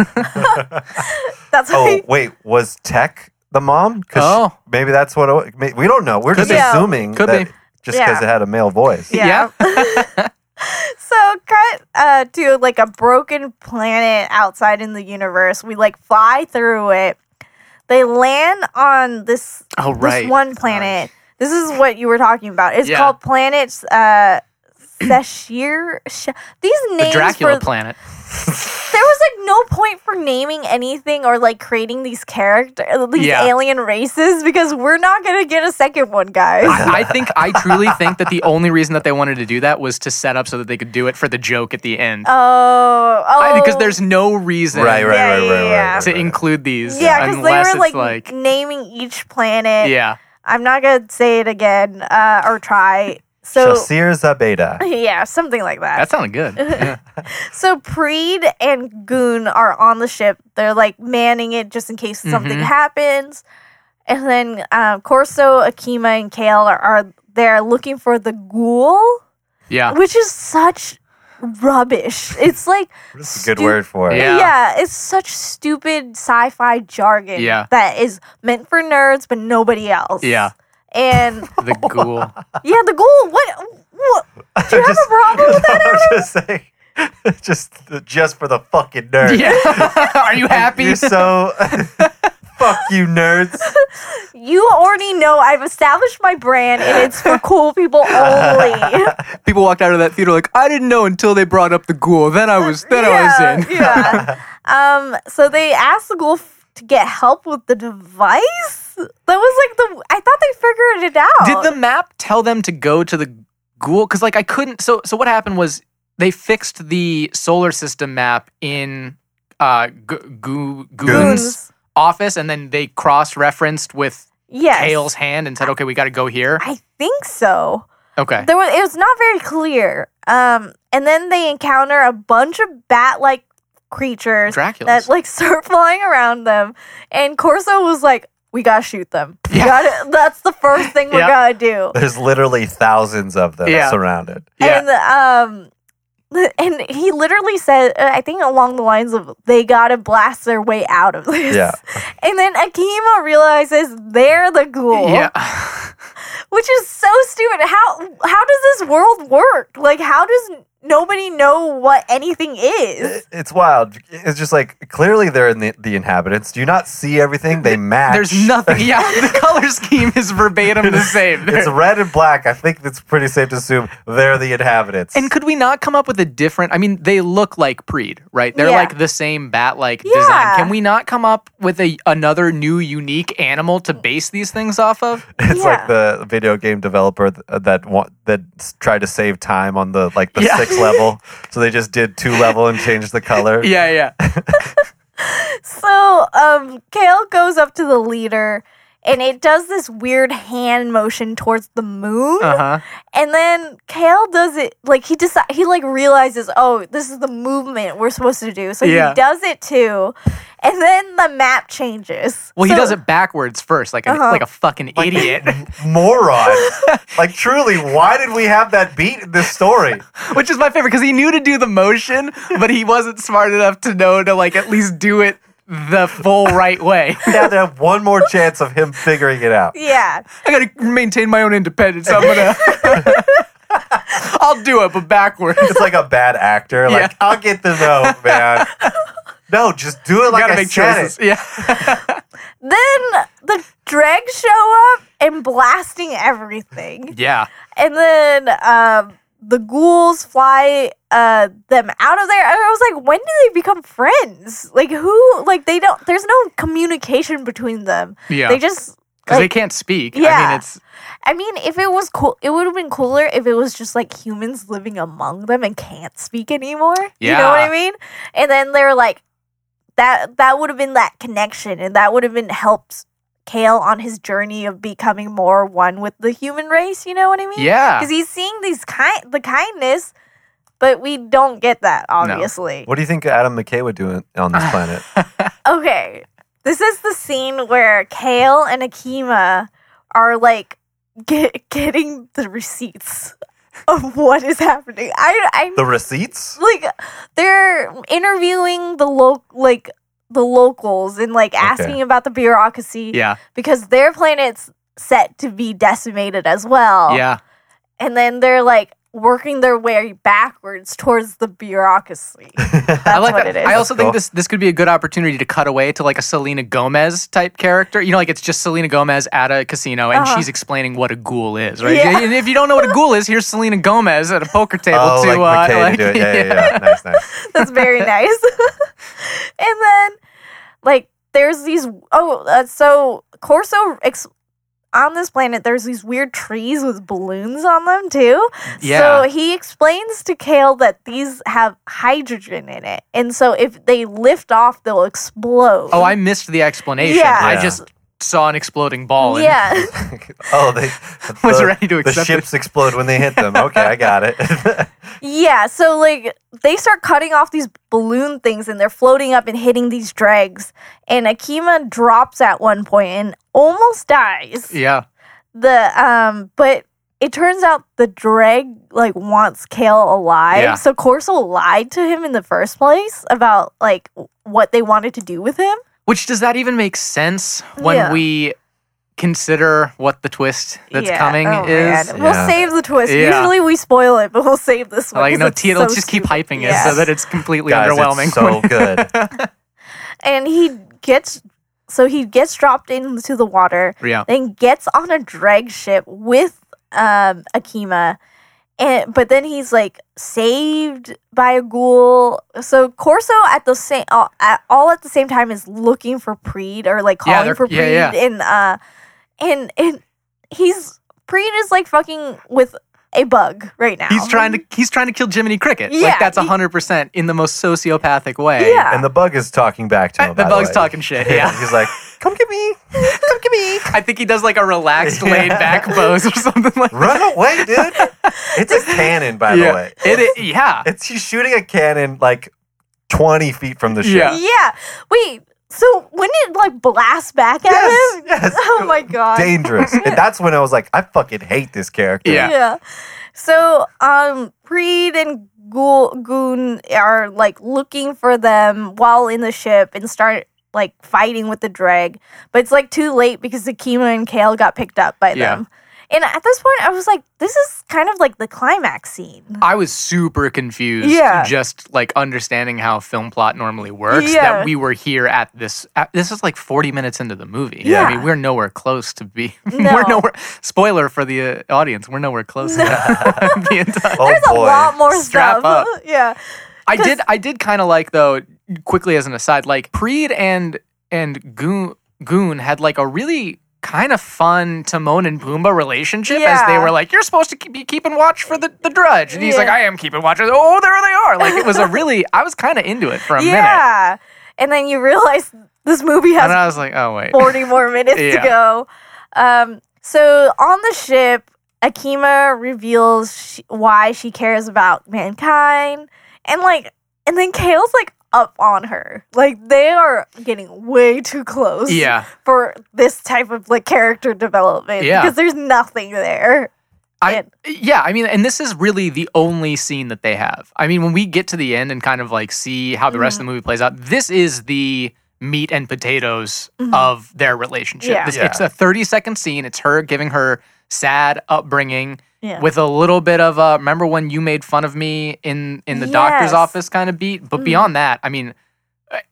That's oh why wait, was Tech the mom? 'Cause Oh. maybe that's what. It, wa- may- we don't know. We're Could just be. Yeah. assuming Could that be. just because Yeah. it had a male voice. Yeah. So cut uh, to like a broken planet outside in the universe. We like fly through it. They land on this Oh, right. this one planet. This is what you were talking about. It's Yeah. called planets uh Seshir. Sh- These names the Dracula for planet. there was like no point for naming anything or like creating these character uh, these Yeah. alien races because we're not gonna get a second one, guys. I, I think I truly think that the only reason that they wanted to do that was to set up so that they could do it for the joke at the end. oh, oh, I- because there's no reason Right, right, right, Yeah, right, yeah, right, right, yeah. right, to right. include these Yeah, because unless they were like, it's like, naming each planet. yeah. I'm not gonna say it again uh, or try. So Shassir Zabeda. yeah, something like that. That sounded good. Yeah. so Preed and Goon are on the ship. They're like manning it just in case something Mhm. happens. And then um, Corso, Akima, and Kale are, are there looking for the ghoul, Yeah. which is such rubbish. It's like That's a good stu- word for it. Yeah. yeah. it's such stupid sci-fi jargon Yeah. that is meant for nerds but nobody else. Yeah. And The ghoul. yeah, the goal. What? What? Do you have Just- a problem with that? I'm just saying, just just for the fucking nerd. Yeah. Are you happy? You're so fuck you nerds. You already know I've established my brand, and it's for cool people only. people walked out of that theater like I didn't know until they brought up the ghoul. Then I was then I was in. yeah. Um. So they asked the goal f- to get help with the device. That was like the. I thought they figured it out. Did the map tell them to go to the ghoul? Because like I couldn't. So so what happened was they fixed the solar system map in uh G- Goo- Goon's Goons. office, and then they cross referenced with Yes. Kale's hand and said, "Okay, we got to go here." I think so. Okay. There was. It was not very clear. Um. And then they encounter a bunch of bat-like creatures. Dracula's. that like start flying around them. And Corso was like, "We gotta shoot them. We Yeah. gotta- that's the first thing we're Yeah. gonna do." There's literally thousands of them Yeah. surrounded. yeah. And um, and he literally said, uh, I think along the lines of, "They gotta blast their way out of this." Yeah. And then Akima realizes they're the ghoul, yeah. which is so stupid. How how does this world work? Like, how does nobody know what anything is. Uh, It- It's wild. It's just like clearly they're in the, the inhabitants. Do you not see everything? They match. There's nothing. Yeah, the color scheme is verbatim the same. It's red and black. I think that's pretty safe to assume they're the inhabitants. And could we not come up with a different? I mean, they look like Preed, right? They're Yeah. like the same bat-like Yeah. design. Can we not come up with a another new unique animal to base these things off of? it's Yeah. like the video game developer th- uh, that want, that s- tried to save time on the like the Yeah. sixth level, so they just did two level and changed the color. Yeah, yeah. So, um, Kale goes up to the leader and it does this weird hand motion towards the moon. Uh huh. And then Kale does it like he decide he like realizes, oh, this is the movement we're supposed to do. So Yeah. he does it too. And then the map changes. Well, he So- does it backwards first, like a Uh-huh. like a fucking idiot. Moron! like truly, why did we have that beat in this story? Which is my favorite because he knew to do the motion, but he wasn't smart enough to know to like at least do it the full right way. Now they have one more chance of him figuring it out. Yeah. I gotta maintain my own independence. I'm gonna. I'll do it, but backwards. It's like a bad actor. Like Yeah. I'll get the note, man. No, just do it like gotta I make said choices. it. Yeah. Then the dregs show up and blasting everything. Yeah. And then um, the ghouls fly uh, them out of there. And I was like, when do they become friends? Like, who, like, they don't, there's no communication between them. Yeah. They just, Because like- they can't speak. I Oh. Yeah. mean, it's I mean, if it was cool, it would have been cooler if it was just like humans living among them and can't speak anymore. You know what I Yeah. mean? And then they're like, that that would have been that connection, and that would have been helped Kale on his journey of becoming more one with the human race. You know what I mean? yeah. Because he's seeing these kind the kindness, but we don't get that obviously. What do you think Adam McKay would do in- on this planet? Okay. This is the scene where Kale and Akima are like get, getting the receipts of what is happening. I I the receipts? like they're interviewing the loc like the locals and like asking about the bureaucracy Yeah. because their planet's set to be decimated as well. Yeah. And then they're like working their way backwards towards the bureaucracy. That's I like what it that. is. I also Cool. think this this could be a good opportunity to cut away to like a Selena Gomez type character. You know, like it's just Selena Gomez at a casino and Uh-huh. she's explaining what a ghoul is, right? Yeah. And if you don't know what a ghoul is, here's Selena Gomez at a poker table Oh, to like uh, McKay like- to do it. Yeah, yeah, yeah. Nice, nice. That's very nice. and then, like, there's these. Oh, uh, so Corso ex- on this planet, there's these weird trees with balloons on them too. Yeah. So he explains to Kale that these have hydrogen in it, and so if they lift off, they'll explode. Oh, I missed the explanation. Yeah. I Yeah. just saw an exploding ball and Yeah. Oh, they was the- ready to the accept it. ships explode when they hit them. Okay, I got it. Yeah, so like they start cutting off these balloon things and they're floating up and hitting these dregs. And Akima drops at one point and almost dies. Yeah. The um but it turns out the dreg like wants Kale alive. Yeah. So Corso lied to him in the first place about like w- what they wanted to do with him. Which does that even make sense when Yeah. we consider what the twist that's Yeah. coming Oh, man. is? We'll Yeah. save the twist. Yeah. Usually we spoil it, but we'll save this one. Like 'cause no, it's Tia, so let's just keep stupid. hyping Yes. it so that it's completely Guys, underwhelming. It's so good. and he gets so he gets dropped into the water yeah. then gets on a drag ship with um akima and but then he's like saved by a ghoul so corso at the same all at, all at the same time is looking for preed or like Yeah, calling they're- for yeah, preed yeah. and uh and and he's preed is like fucking with a bug right now He's trying to he's trying to kill Jiminy Cricket. Yeah, like that's he- hundred percent in the most sociopathic way. yeah And the bug is talking back to him. The by bug's way. talking shit. Yeah. He's like, come get me. Come get me. I think he does like a relaxed, laid back pose or something like that. Run away, dude. It's a cannon, by the Yeah. way. It, it- yeah. It's he's shooting a cannon like 20 feet from the ship. Yeah. yeah wait so when it like blasts back at Yes, him yes. oh my god Dangerous. and that's when I was like, I fucking hate this character. Yeah. So, um, Reed and Ghoul- Goon are like looking for them while in the ship and start like fighting with the drag. But it's like too late because Akima and Kale got picked up by Yeah. them. And at this point, I was like, this is kind of like the climax scene. I was super confused. Yeah. Just like understanding how film plot normally works. Yeah. That we were here at this. At, this is like 40 minutes into the movie. Yeah. I mean, we're nowhere close to be. No. we're nowhere. Spoiler for the uh, audience. We're nowhere close to being done. Oh There's boy. a lot more Strap stuff. up. yeah. I did. I did kind of like though. Quickly as an aside, like Preed and and Goon Goon had like a really kind of fun Timon and Pumbaa relationship as they Yeah. were like, "You're supposed to keep, be keeping watch for the, the drudge," and he's Yeah. like, "I am keeping watch." Oh, there they are! Like it was a really. I was kind of into it for a minute, Yeah. And then you realize this movie and has I was like, "Oh wait, 40 more minutes Yeah. to go. Um, so on the ship, Akima reveals sh why she cares about mankind. And like, and then Kale's like up on her. Like, they are getting way too close. yeah." for this type of like character development Yeah. because there's nothing there. I, And- yeah, I mean, and this is really the only scene that they have. I mean, when we get to the end and kind of like see how the rest Mm-hmm. of the movie plays out, this is the meat and potatoes of their relationship. Mm-hmm. Yeah. This, Yeah. It's a 30 second scene. It's her giving her sad upbringing Yeah. with a little bit of a remember when you made fun of me in in the doctor's Yes. office kind of beat. But beyond that, I mean,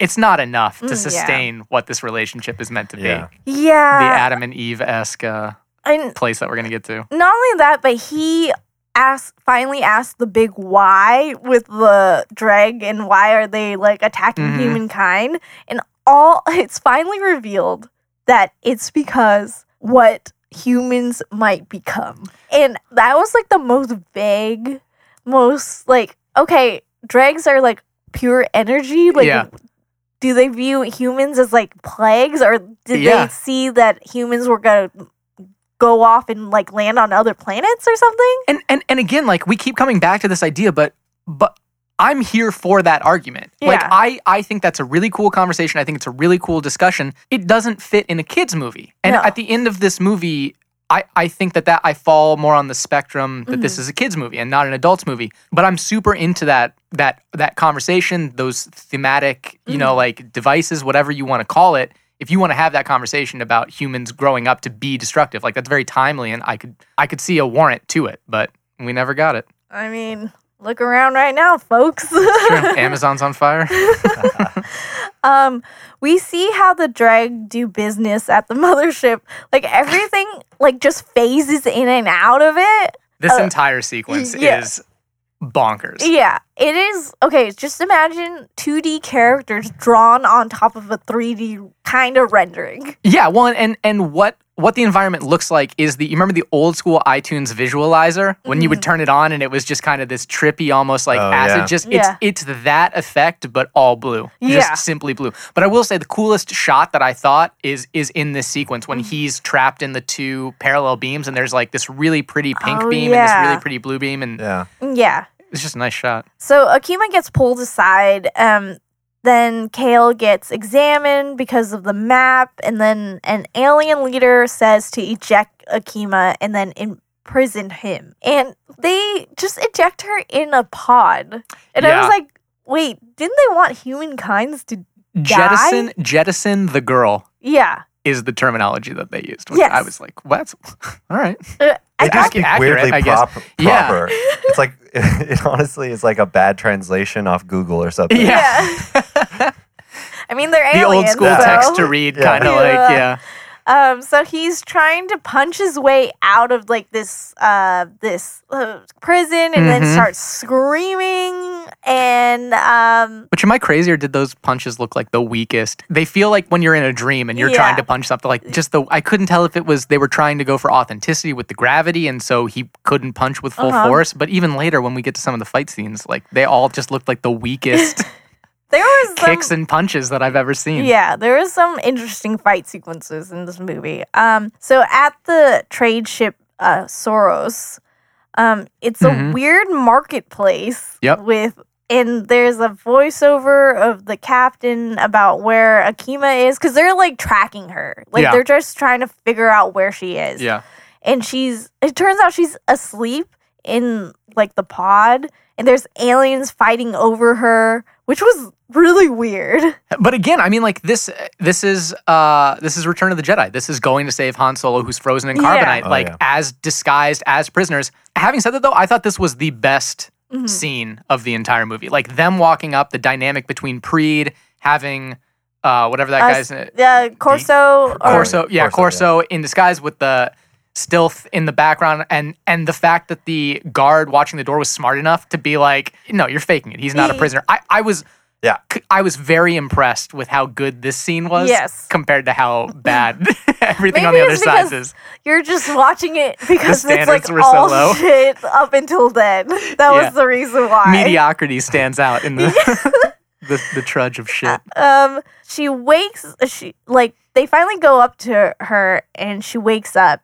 it's not enough Mm, yeah. to sustain what this relationship is meant to be. Yeah. The yeah, Adam and Eve esque uh, and place that we're going to get to. not only that, but he asked finally asked the big why with the dreg and why are they like attacking Mhm. humankind and all it's finally revealed that it's because what humans might become and that was like the most vague most like okay dregs are like pure energy like Yeah. do they view humans as like plagues or did Yeah. they see that humans were gonna go off and like land on other planets or something and and and again like we keep coming back to this idea but but i'm here for that argument like Yeah. i i think that's a really cool conversation i think it's a really cool discussion it doesn't fit in a kids movie and No. at the end of this movie I, I think that that I fall more on the spectrum that this is a kids movie and not an adults movie, but I'm super into that that that conversation, those thematic, you know, like devices, whatever you want to call it. If you want to have that conversation about humans growing up to be destructive, like that's very timely, and I could I could see a warrant to it, but we never got it. i mean look around right now folks Sure, Amazon's on fire. um we see how the drag do business at the mothership like everything like just phases in and out of it This entire sequence Uh, yeah. is bonkers. yeah it is okay just imagine 2d characters drawn on top of a 3d kind of rendering Yeah, well, and and what what the environment looks like is the you remember the old school iTunes visualizer when Mm-hmm. you would turn it on and it was just kind of this trippy, almost like Oh, acid. yeah. Just Yeah. it's it's that effect, but all blue, Yeah. just simply blue. But I will say the coolest shot that I thought is is in this sequence when Mm-hmm. he's trapped in the two parallel beams and there's like this really pretty pink Oh, beam and yeah. this really pretty blue beam, and Yeah. yeah it's just a nice shot. So Akima gets pulled aside. Um, then Kale gets examined because of the map, and then an alien leader says to eject Akima and then imprison him. And they just eject her in a pod. And I was Yeah. like, wait, didn't they want humankind's to? Jettison, jettison the girl Yeah. is the terminology that they used. Which Yes. I was like, what? all right. Uh, I It just ac- gets accurate, weirdly I guess. prop- Yeah. proper. It's like it honestly is like a bad translation off Google or something. Yeah. I mean, they're the aliens. old school so- text to read Yeah. kind of like Yeah. yeah Um, so he's trying to punch his way out of like this uh, this uh, prison, and then Mhm. starts screaming. And um, which am i crazy or did those punches look like the weakest they feel like when you're in a dream and you're Yeah. trying to punch something like just the i couldn't tell if it was they were trying to go for authenticity with the gravity and so he couldn't punch with full Uh-huh. force but even later when we get to some of the fight scenes like they all just looked like the weakest there was some, kicks and punches that i've ever seen yeah, there was some interesting fight sequences in this movie. Um, so at the trade ship uh, Soros, um, it's a Mhm. weird marketplace. Yep. With and there's a voiceover of the captain about where Akima is because they're like tracking her. Like Yeah. they're just trying to figure out where she is. yeah and she's it turns out she's asleep in like the pod and there's aliens fighting over her which was really weird. But again, I mean, like this. This is uh, this is Return of the Jedi. This is going to save Han Solo, who's frozen in Yeah. carbonite, Oh, like yeah. as disguised as prisoners. Having said that, though, I thought this was the best scene of the entire movie. Like them walking up, the dynamic between Preed having uh, whatever that Us- guy's name- Yeah, Corso. or- Corso, yeah, Corso, Corso, in disguise with the stealth in the background, and and the fact that the guard watching the door was smart enough to be like, no, you're faking it. He's not a He- prisoner. I, I was. Yeah. c- I was very impressed with how good this scene was Yes. compared to how bad everything on the Maybe other it's side because is. You're just watching it because it's standards like were so all low. shit up until then. That Yeah. was the reason why. Mediocrity stands out in the, the the trudge of shit. um she wakes she like they finally go up to her and she wakes up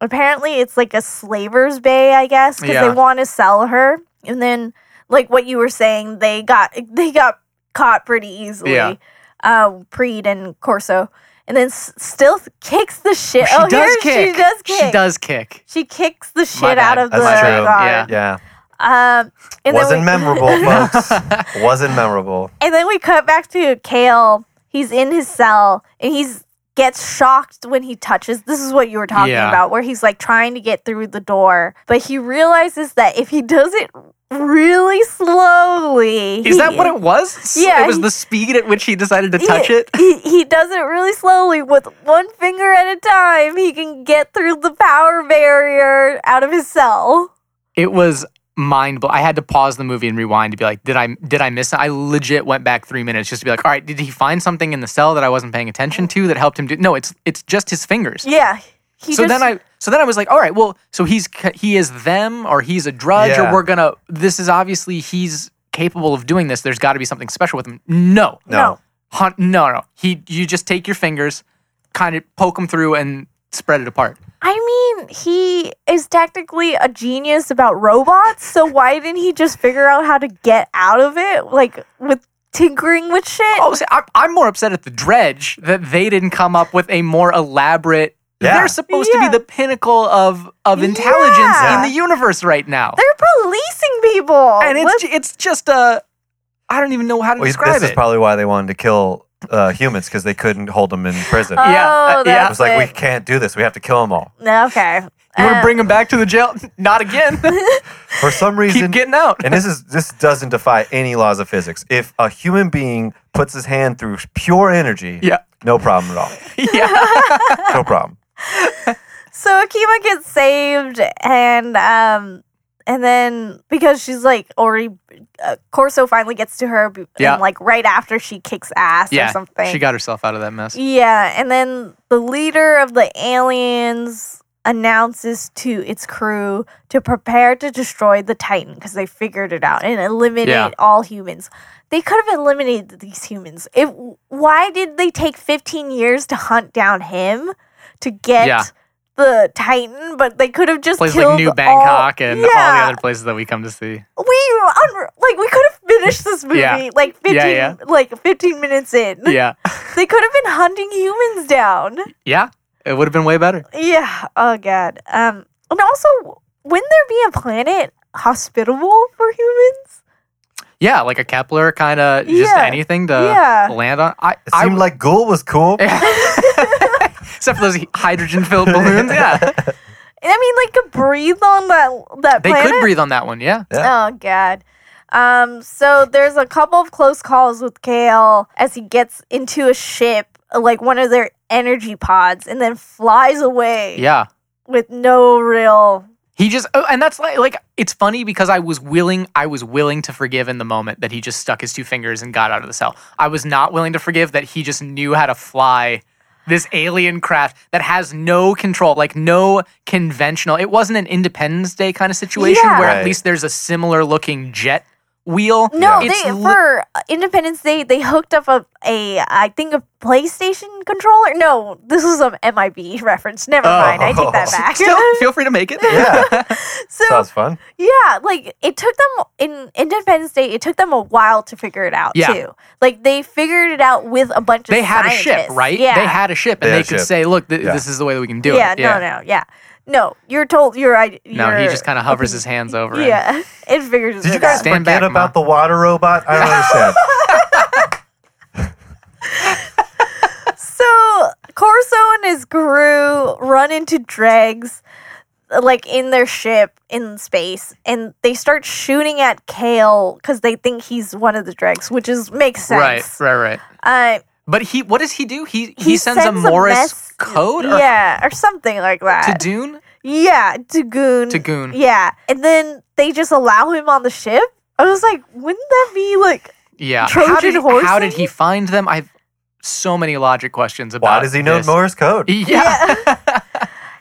apparently it's like a slaver's bay i guess because Yeah. they want to sell her and then like what you were saying they got they got caught pretty easily Yeah. um preed and corso and then S- Stealth kicks the shit. She oh, does here kick. she does kick. She does kick. She kicks the shit bad. out of That's the true. guard. Yeah. Um, and then Wasn't we- memorable, folks. Wasn't memorable. And then we cut back to Kale. He's in his cell and he's gets shocked when he touches. This is what you were talking Yeah. about, where he's like trying to get through the door, but he realizes that if he does it really slowly, Is that what it was? Yeah, It was he- the speed at which he decided to touch he, it. He, he does it really slowly with one finger at a time. He can get through the power barrier out of his cell. it was mind blowing. I had to pause the movie and rewind to be like, did I did I miss? it? I legit went back three minutes just to be like, all right, did he find something in the cell that I wasn't paying Oh. attention to that helped him do? No, it's it's just his fingers. Yeah. He so just- then I so then I was like, all right, well, so he's c- he is them or he's a drudge Yeah. or we're gonna. This is obviously he's capable of doing this. There's got to be something special with him. No, No. No. Hun- no, no. He you just take your fingers, kind of poke them through and spread it apart. I mean, he is technically a genius about robots, so why didn't he just figure out how to get out of it, like with tinkering with shit? Oh, see, I'm, I'm more upset at the dredge that they didn't come up with a more elaborate. Yeah. They're supposed Yeah. to be the pinnacle of of intelligence Yeah. in the universe right now, They're policing people. and it's Let's- ju- it's just a. I don't even know how to We- describe this is it. probably why they wanted to kill uh, humans because they couldn't hold them in prison. oh, it yeah, uh, yeah. that's was like we it. can't do this. We have to kill them all. okay. you want Uh, to bring them back to the jail? Not again. For some Keep reason, getting out. and this is this doesn't defy any laws of physics. If a human being puts his hand through pure energy, Yeah. no problem at all. yeah, No problem. so Akima gets saved, and um, and then because she's like already, uh, Corso finally gets to her, b- Yeah. and like right after she kicks ass or yeah. something. She got herself out of that mess. Yeah, and then the leader of the aliens announces to its crew to prepare to destroy the Titan because they figured it out and eliminate Yeah. all humans. They could have eliminated these humans. If why did they take 15 years to hunt down him to get Yeah. the Titan? But they could have just Places killed like New all- Bangkok and all Yeah the other places that we come to see. we un- like we could have finished this movie Yeah. like 15 yeah. like 15 minutes in. Yeah, They could have been hunting humans down. yeah. It would have been way better. Yeah. Oh god. Um. And also, wouldn't there be a planet hospitable for humans? Yeah, like a Kepler kind of just Yeah. anything to Yeah. land on. I, It I seemed like Ghoul was cool. except for those hydrogen filled balloons. Yeah, And I mean, like, could breathe on that that they planet. could breathe on that one. Yeah, Oh god. Um. So there's a couple of close calls with Kale as he gets into a ship, like one of their energy pods, and then flies away. yeah. With no real. He just oh, and that's like like it's funny because I was willing I was willing to forgive in the moment that he just stuck his two fingers and got out of the cell. I was not willing to forgive that he just knew how to fly this alien craft that has no control, like no conventional. It wasn't an Independence Day kind of situation Yeah. where Right. at least there's a similar looking jet wheel. No, It's they li- for uh, Independence Day they hooked up a, a I think a PlayStation controller. No, this is an MIB reference. Never Oh. mind, I take that back. still feel free to make it. Yeah, so sounds fun. yeah, like it took them in Independence Day. It took them a while to figure it out Yeah. too. Like they figured it out with a bunch of they had a scientists, ship, right? Yeah, They had a ship, and They they, had a could ship. say, "Look, th- Yeah. this is the way that we can do yeah, it." no, no, yeah. No, you're told you're. I, No, he you're- just kind of hovers his hands over. him. Yeah, it figures. Did you it guys out. Stand forget back, about the water robot? I don't understand. So Corso and his crew run into dregs, like in their ship in space, and they start shooting at Kale because they think he's one of the dregs, which is makes Right, sense. right, right. Right. Uh, But he, what does he do? He he, he sends, sends a a Morris mess- code or yeah, or something like that. to Dune. Yeah, Dagoon. To Goon. Yeah. And then they just allow him on the ship. I was like, wouldn't that be like, Yeah. how Trojan did horse how did thing? he find them? I have so many logic questions about. Why does he know this. Morse code? Yeah.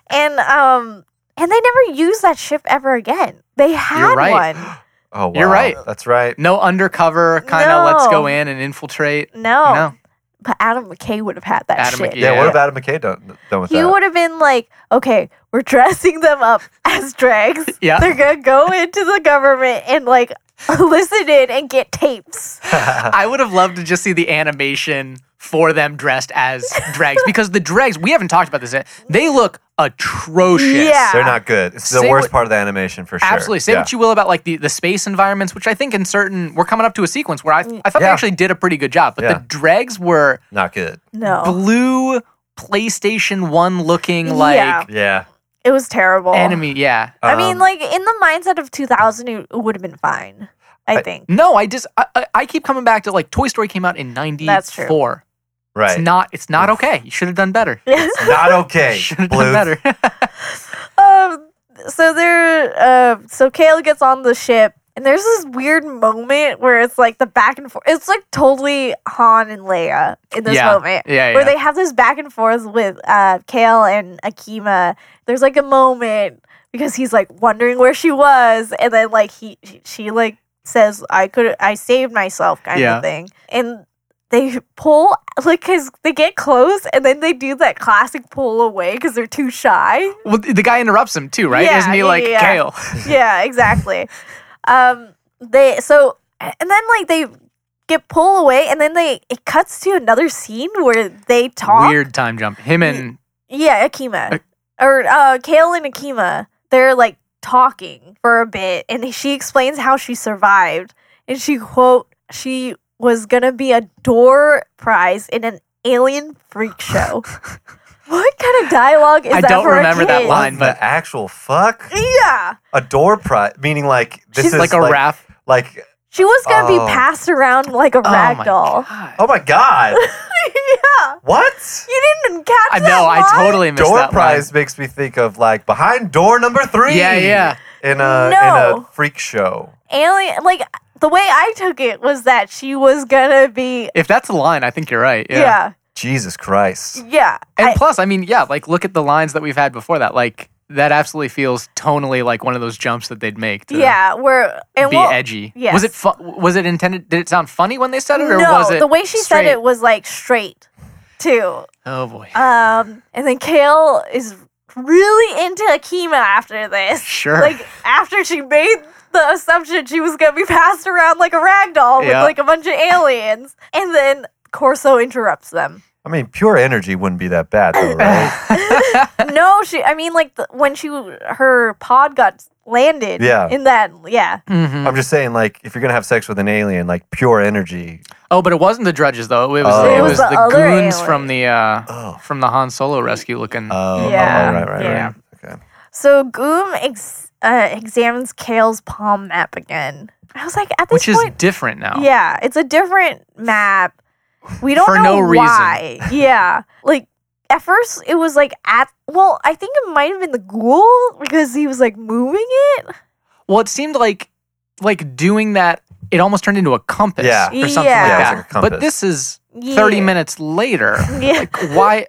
and um, and they never use that ship ever again. They had You're right. one. Oh, wow. You're right. That's right. no undercover kind of. Let's No. go in and infiltrate. No. No. But Adam McKay would have had that Adam shit. McKay, Yeah. What Yeah. if Adam McKay done, done with He that? would have been like, okay, we're dressing them up as drags. Yeah. They're going to go into the government and like listen in and get tapes. Uh-huh. I would have loved to just see the animation for them dressed as dregs because the dregs we haven't talked about this yet. They look atrocious. Yeah. They're not good. It's the Say worst what- part of the animation for sure. Absolutely. Say Yeah. what you will about like the, the space environments, which I think in certain we're coming up to a sequence where I, I thought they Yeah. actually did a pretty good job, but Yeah. the dregs were Not good. No. blue PlayStation One looking like Oh. Yeah. Oh. Yeah. It was terrible. enemy. Yeah. I mean, Um, like in the mindset of 2000, it would have been fine. I, think No, I just I, I, I keep coming back to like Toy Story came out in ninety four. Right. It's not it's not okay. You should have done better. Not okay. should have Blue. done better. Um, so there, uh, so Kale gets on the ship, and there's this weird moment where it's like the back and forth. It's like totally Han and Leia in this Yeah. moment, Yeah, where yeah. they have this back and forth with uh, Kale and Akima. There's like a moment because he's like wondering where she was, and then like he she, she like says, "I could, I saved myself," kind Yeah. of thing, and. They pull like because they get close and then they do that classic pull away because they're too shy. well, the guy interrupts him too, right? Yeah, Isn't he yeah, like yeah. Kale? yeah, exactly. Um, they so and then like they get pull away, and then they it cuts to another scene where they talk. Weird time jump. Him and Yeah, Akima or uh, Kale and Akima. They're like talking for a bit, and she explains how she survived, and she quote she was gonna be a door prize in an alien freak show. what kind of dialogue is I that don't for a remember that kid? line. Fine, What but- the actual fuck? Yeah, A door prize, meaning like this She's is like a raft. Like, she was gonna Oh. be passed around like a Oh rag my doll. God. oh my god, yeah. what? You didn't catch I that. know. I line? totally missed Door that prize makes me think of like behind door number three. Yeah, yeah. In a in No. a freak show. Alien, like the way I took it was that she was gonna be. If that's the line, I think you're right. Yeah. Yeah, Jesus Christ. yeah. And I- plus, I mean, yeah, like look at the lines that we've had before that. Like that absolutely feels tonally like one of those jumps that they'd make to yeah, where and be well, edgy. yes. Was it fu- was it intended? Did it sound funny when they said it, or no, was it the way she straight? said it was like straight, too. Oh boy. Um, and then Kale is really into Akima after this. Sure. Like after she made the assumption she was gonna be passed around like a rag doll with Yeah. like a bunch of aliens, and then Corso interrupts them. I mean, pure energy wouldn't be that bad though, right? no, she. I mean, like the, when she her pod got landed. Yeah. In that, yeah. Mhm. I'm just saying, like, if you're gonna have sex with an alien, like pure energy. Oh, but it wasn't the Drudges though. It was Oh. it was the, other goons aliens. from the uh, Oh. from the Han Solo rescue looking. Oh, Yeah, oh, right, right, yeah. right. Okay. So Goom ex, uh, examines Kale's palm map again. I was like, at this which is point, different now. yeah, it's a different map. We don't For know no reason. why. Yeah, like. At first, it was like at well, I think it might have been the ghoul because he was like moving it. Well, it seemed like like doing that. It almost turned into a compass Yeah. or something Yeah. Yeah, like it was like a that. compass. but this is Yeah. thirty minutes later. Yeah. Why?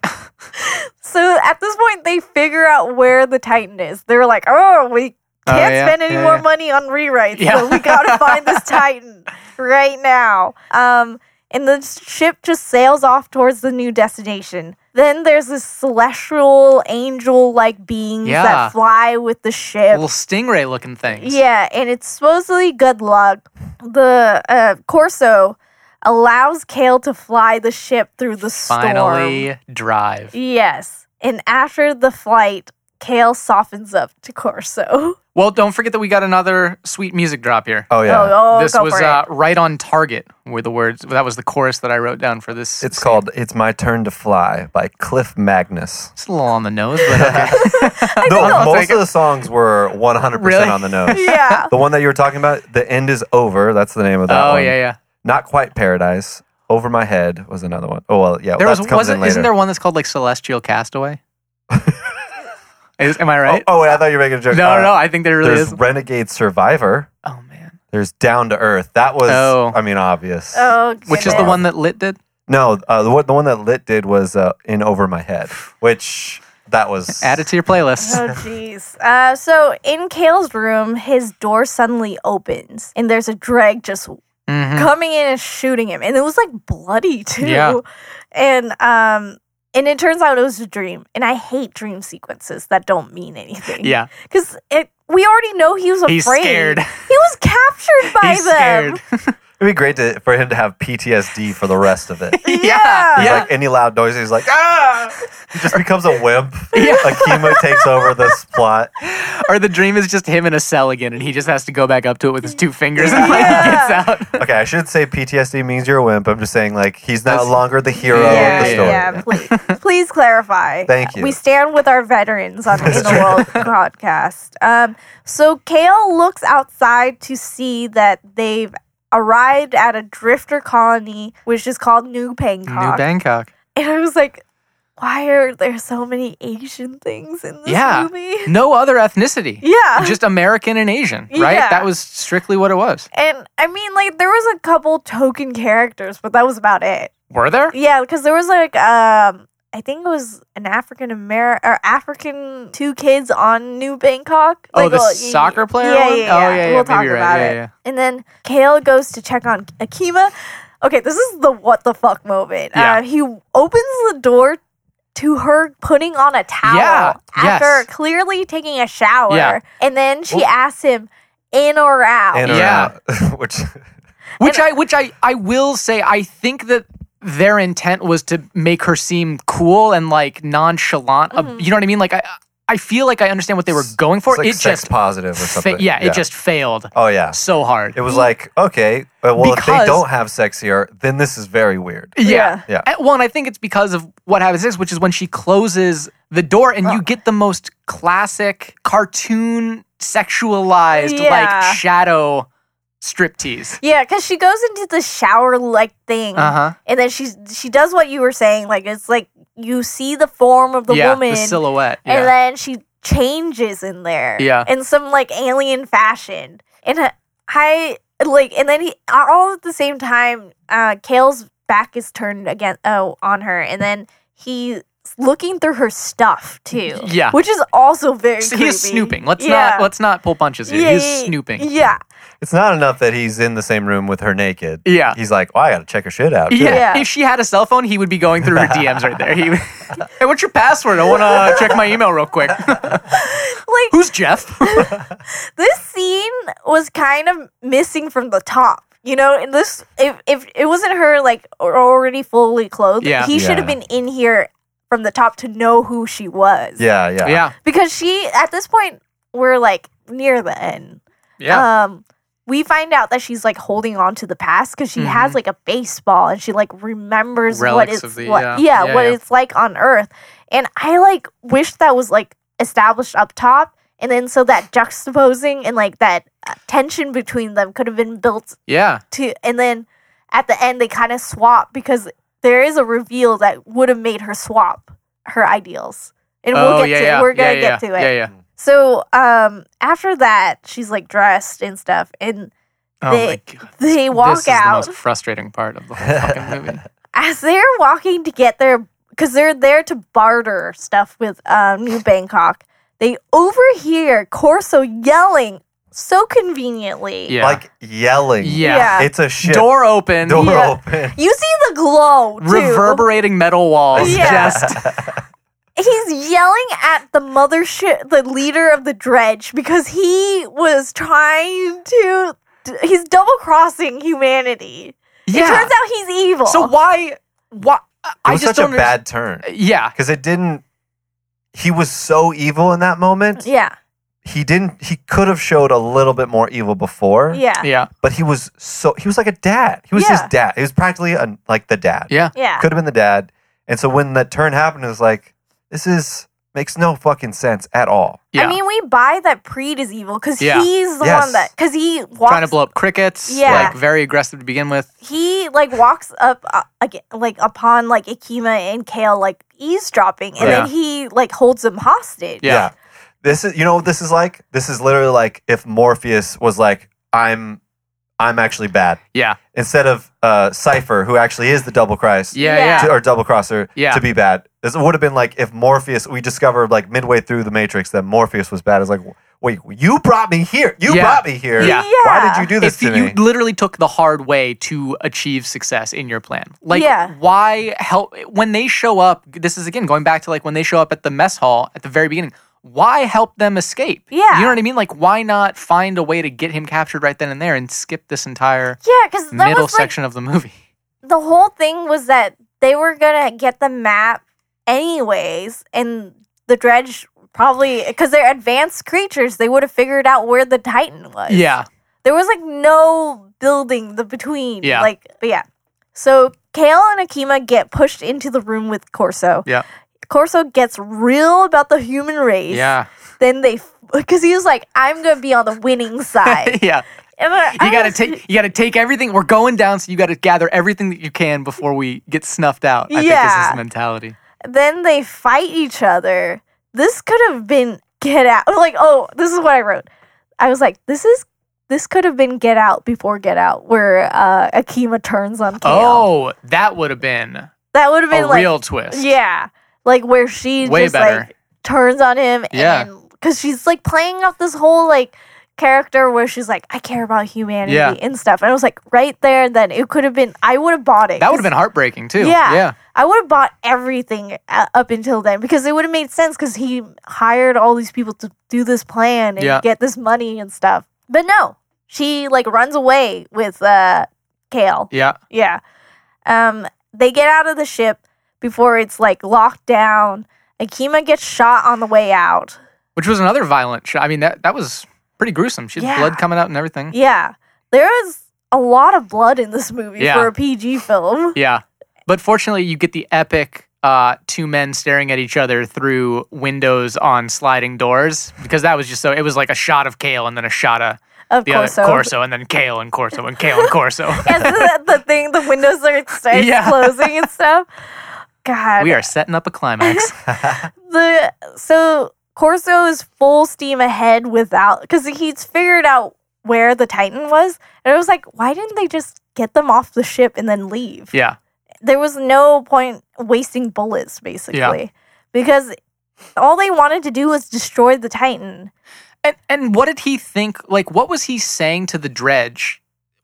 So at this point, they figure out where the Titan is. They're like, oh, we Oh, can't yeah, spend any yeah, more yeah. money on rewrites, Yeah. so we gotta find this Titan right now. Um, and the ship just sails off towards the new destination. Then there's this celestial angel like beings Yeah. that fly with the ship. little stingray looking things. Yeah, and it's supposedly good luck. The uh, Corso allows Kale to fly the ship through the storm. Finally, drive. Yes. And after the flight, Kale softens up to Corso. Oh, Well, don't forget that we got another sweet music drop here. Oh yeah. Oh, oh, this go was for it. uh, right on target. Were the words that was the chorus that I wrote down for this. It's called "It's My Turn to Fly" by Cliff Magnus. It's a little on the nose, but okay. No, I'll most take of the songs were 100 Really? percent on the nose. yeah. the one that you were talking about, "The End Is Over," that's the name of that oh one. yeah, yeah. Not quite Paradise. Over my head was another one. Oh well, yeah. There was well, that comes in wasn't later. isn't there one that's called like Celestial Castaway? Is- am I Oh, right? oh, wait, I thought you were making a joke. no, Uh, no, no, I think there really there's is. Renegade Survivor. Oh man, There's Down to Earth. That was, Oh. I mean, obvious. Oh, which is the goodness. one that Lit did? No, uh, the, one- the one that Lit did was uh, in Over My Head, which that was Add it to your playlist. Oh jeez. Uh, so in Kale's room, his door suddenly opens, and there's a drag just Mhm. coming in and shooting him, and it was like bloody too. Yeah. And um, and it turns out it was a dream, and I hate dream sequences that don't mean anything. Yeah, because it we already know he was afraid. He's scared. He was captured by he's them. scared. It'd be great to, for him to have PTSD for the rest of it. Yeah. Yeah. He's Yeah. like any loud noise, he's like, ah! He just becomes a wimp. Yeah. Like chemo takes over this plot. or the dream is just him in a cell again, and he just has to go back up to it with his two fingers and like Yeah. he gets out. Okay, I should say PTSD means you're a wimp. I'm just saying, like, he's no That's- longer the hero Yeah, of the story. yeah, please, please clarify. Thank you. We stand with our veterans on In the World podcast. Um, so Kale looks outside to see that they've arrived at a drifter colony, which is called New Bangkok. New Bangkok. and I was like, why are there so many Asian things in this Yeah. movie? No other ethnicity. Yeah. Just American and Asian, right? Yeah. That was strictly what it was. and I mean, like, there was a couple token characters, but that was about it. Were there? Yeah, because there was like um I think it was an African American or African two kids on New Bangkok. Oh, Like, the well, y- soccer player Yeah, yeah, one? yeah. Oh, yeah, yeah, We'll maybe talk you're right. about Yeah, it. yeah. And then Kale goes to check on Akima. Okay, this is the what the fuck moment. Yeah. Uh, he opens the door to her putting on a towel Yeah, after yes. clearly taking a shower, Yeah. and then she asks him in or out. In or Yeah. out, which Which I which I I will say I think that their intent was to make her seem cool and like nonchalant. Uh, Mm-hmm. you know what I mean? Like I I feel like I understand what they were going for. it's like it sex just positive or fa- something. yeah, it just failed Oh, yeah. so hard. It was like, okay, uh, well, if they Because- don't have sex here, then this is very weird. Yeah. Yeah. At one, I think it's because of what happens next, which is when she closes the door and you get the most classic cartoon sexualized Yeah. like shadow striptease. Yeah, because she goes into the shower like thing, Uh-huh. and then she she does what you were saying. Like it's like you see the form of the yeah, woman, the silhouette. Yeah. and then she changes in there. Yeah. in some like alien fashion, and I- I like, and then he all at the same time. Uh, Kale's back is turned again oh, on her, and then he's looking through her stuff too. Yeah. which is also very. So he is creepy. snooping. Let's Yeah. not let's not pull punches here. Yeah, He's yeah, yeah. snooping. Yeah, It's not enough that he's in the same room with her naked. Yeah. He's like, well, I got to check her shit out. too. Yeah. Yeah. If she had a cell phone, he would be going through her DMs right there. He, hey, what's your password? I want to check my email real quick. like Who's Jeff? this scene was kind of missing from the top. You know, and this if if it wasn't her like already fully clothed, Yeah. he should have Yeah. been in here from the top to know who she was. Yeah, yeah. yeah. Because she at this point we're like near the end. Yeah. Um we find out that she's like holding on to the past because she has like a baseball and she like remembers what Mm-hmm. Relics it's of the- what, yeah. yeah. Yeah, what yeah. it's like on Earth. And I like wish that was like established up top, and then so that juxtaposing and like that uh, tension between them could have been built yeah. to, and then at the end they kind of swap because there is a reveal that would have made her swap her ideals, and we'll get Oh, yeah, to yeah. it. We're yeah, gonna yeah, get to it. Yeah, yeah. So um after that, she's like dressed and stuff, and Oh they my god. they walk this out is the most frustrating part of the whole fucking movie. as they're walking to get their because they're there to barter stuff with um, New Bangkok. They overhear Corso yelling so conveniently. Yeah. Like yelling. yeah. It's a shit. Door open, Door Yeah. open. You see the glow too. reverberating metal walls. Yeah. Just He's yelling at the mothership, the leader of the dredge, because he was trying to. He's double crossing humanity. It yeah. turns out he's evil. So why? Why? It I was just such a don't. bad turn Yeah. because it didn't he was so evil in that moment. Yeah. He didn't. He could have showed a little bit more evil before. Yeah. Yeah. Yeah. But he was so. He was like a dad. He was Yeah. his dad. He was practically a, like the dad. Yeah. Yeah. Could have been the dad. And so when that turn happened, it was like this is makes no fucking sense at all. Yeah. I mean, we buy that Preed is evil because Yeah. he's the Yes. one that because he walks Trying to blow up crickets. Yeah. Like very aggressive to begin with. he like walks up uh, again, like upon like Akima and Kale like eavesdropping, and Yeah. then he like holds them hostage. Yeah. This is you know what this is like? This is literally like if Morpheus was like, I'm I'm actually bad. Yeah. Instead of uh Cypher, who actually is the double Christ Yeah. Yeah. Yeah. to- or double crosser Yeah. to be bad. This would have been like if Morpheus we discovered like midway through the Matrix that Morpheus was bad. It's like wait, you brought me here. You Yeah. brought me here. Yeah. Why did you do this if to you me? literally took the hard way to achieve success in your plan like Yeah. why help when they show up this is again going back to like when they show up at the mess hall at the very beginning why help them escape Yeah. you know what i mean like why not find a way to get him captured right then and there and skip this entire Yeah, because that middle was like section of the movie the whole thing was that they were gonna get the map anyways, and the dredge probably because they're advanced creatures, they would have figured out where the Titan was. yeah there was like no building the between. Yeah. like but yeah. So Kale and Akima get pushed into the room with Corso. yeah Corso gets real about the human race. yeah Then they, because he was like, "I'm gonna be on the winning side." yeah And I- I you gotta was- take you gotta take everything we're going down so you gotta gather everything that you can before we get snuffed out i think this Yeah. is the mentality Then they fight each other. This could have been Get Out. Like, oh, this is what I wrote. I was like, this is this could have been Get Out before Get Out, where uh, Akima turns on Kale. oh that would have been that would have been a like, real twist yeah, like where she Way just better. like turns on him. Yeah. and because she's like playing out this whole like character where she's like, I care about humanity Yeah. and stuff. And I was like, right there, then it could have been. I would have bought it. That would have 'cause- been heartbreaking too. Yeah. Yeah. I would have bought everything uh, up until then because it would have made sense because he hired all these people to do this plan and Yeah. get this money and stuff. But no, she like runs away with uh, Kale. Yeah. Yeah. Um, they get out of the ship before it's like locked down. Akima gets shot on the way out. Which was another violent shot. I mean, that that was pretty gruesome. She had Yeah. blood coming out and everything. Yeah. There is a lot of blood in this movie Yeah. for a PG film. Yeah. But fortunately, you get the epic uh, two men staring at each other through windows on sliding doors because that was just so. It was like a shot of Kale and then a shot of Of the course. other Corso and then Kale and Corso and Kale and Corso. Yes, the, the thing, the windows are starts Yeah. closing and stuff. God, we are setting up a climax. the so Corso is full steam ahead without because he's figured out where the Titan was, and I was like, why didn't they just get them off the ship and then leave? yeah. There was no point wasting bullets, basically, because all they wanted to do was destroy the Titan. And and what did he think? Like, what was he saying to the dredge?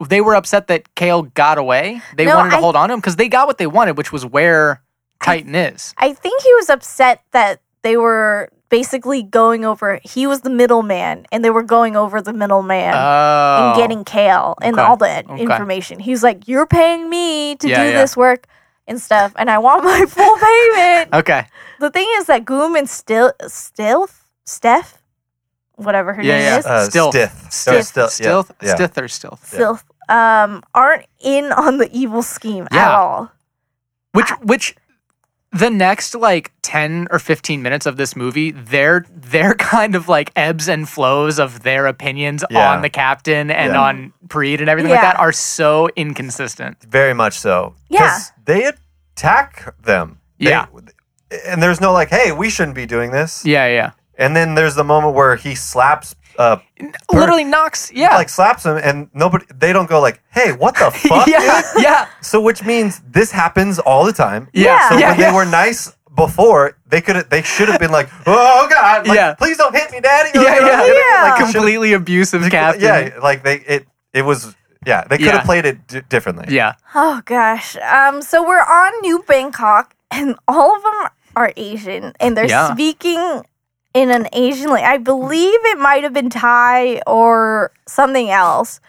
They were upset that Kale got away. They No, wanted to I- hold on to him because they got what they wanted, which was where Titan is. I think he was upset that they were basically going over. He was the middleman, and they were going over the middleman. Oh. and getting kale and Okay. all that Okay. information. He's like, You're paying me to Yeah, do yeah. this work and stuff, and I want my full payment. Okay. The thing is that Goom and Still, Still, Steph, whatever her Yeah, name yeah. is, Uh, Still- Stith. Stith. Or Still- yeah, Stith, yeah. Stith or Stith. Stilth, um, aren't in on the evil scheme at Yeah. all. Which, which, the next like ten or fifteen minutes of this movie, their their kind of like ebbs and flows of their opinions Yeah. on the captain and Yeah. on Preed and everything Yeah. like that are so inconsistent. Very much so. 'Cause Yeah. They attack them. They- Yeah. and there's no like, hey, we shouldn't be doing this. Yeah, yeah. And then there's the moment where he slaps, uh, Literally knocks. Yeah. like slaps him, and nobody, they don't go like, hey, what the fuck? yeah, dude?" yeah, So which means this happens all the time. yeah, So yeah, when they were nice before, they could they should have been like, oh god, like, Yeah. please don't hit me, daddy. Yeah, You know, yeah. you know, Yeah. Like, it should've- completely abusive captain. Yeah, like they it it was yeah they could Yeah. have played it d- differently. yeah. Oh gosh. Um, so we're on New Bangkok, and all of them are Asian, and they're Yeah. speaking in an Asian language. I believe it might have been Thai or something else.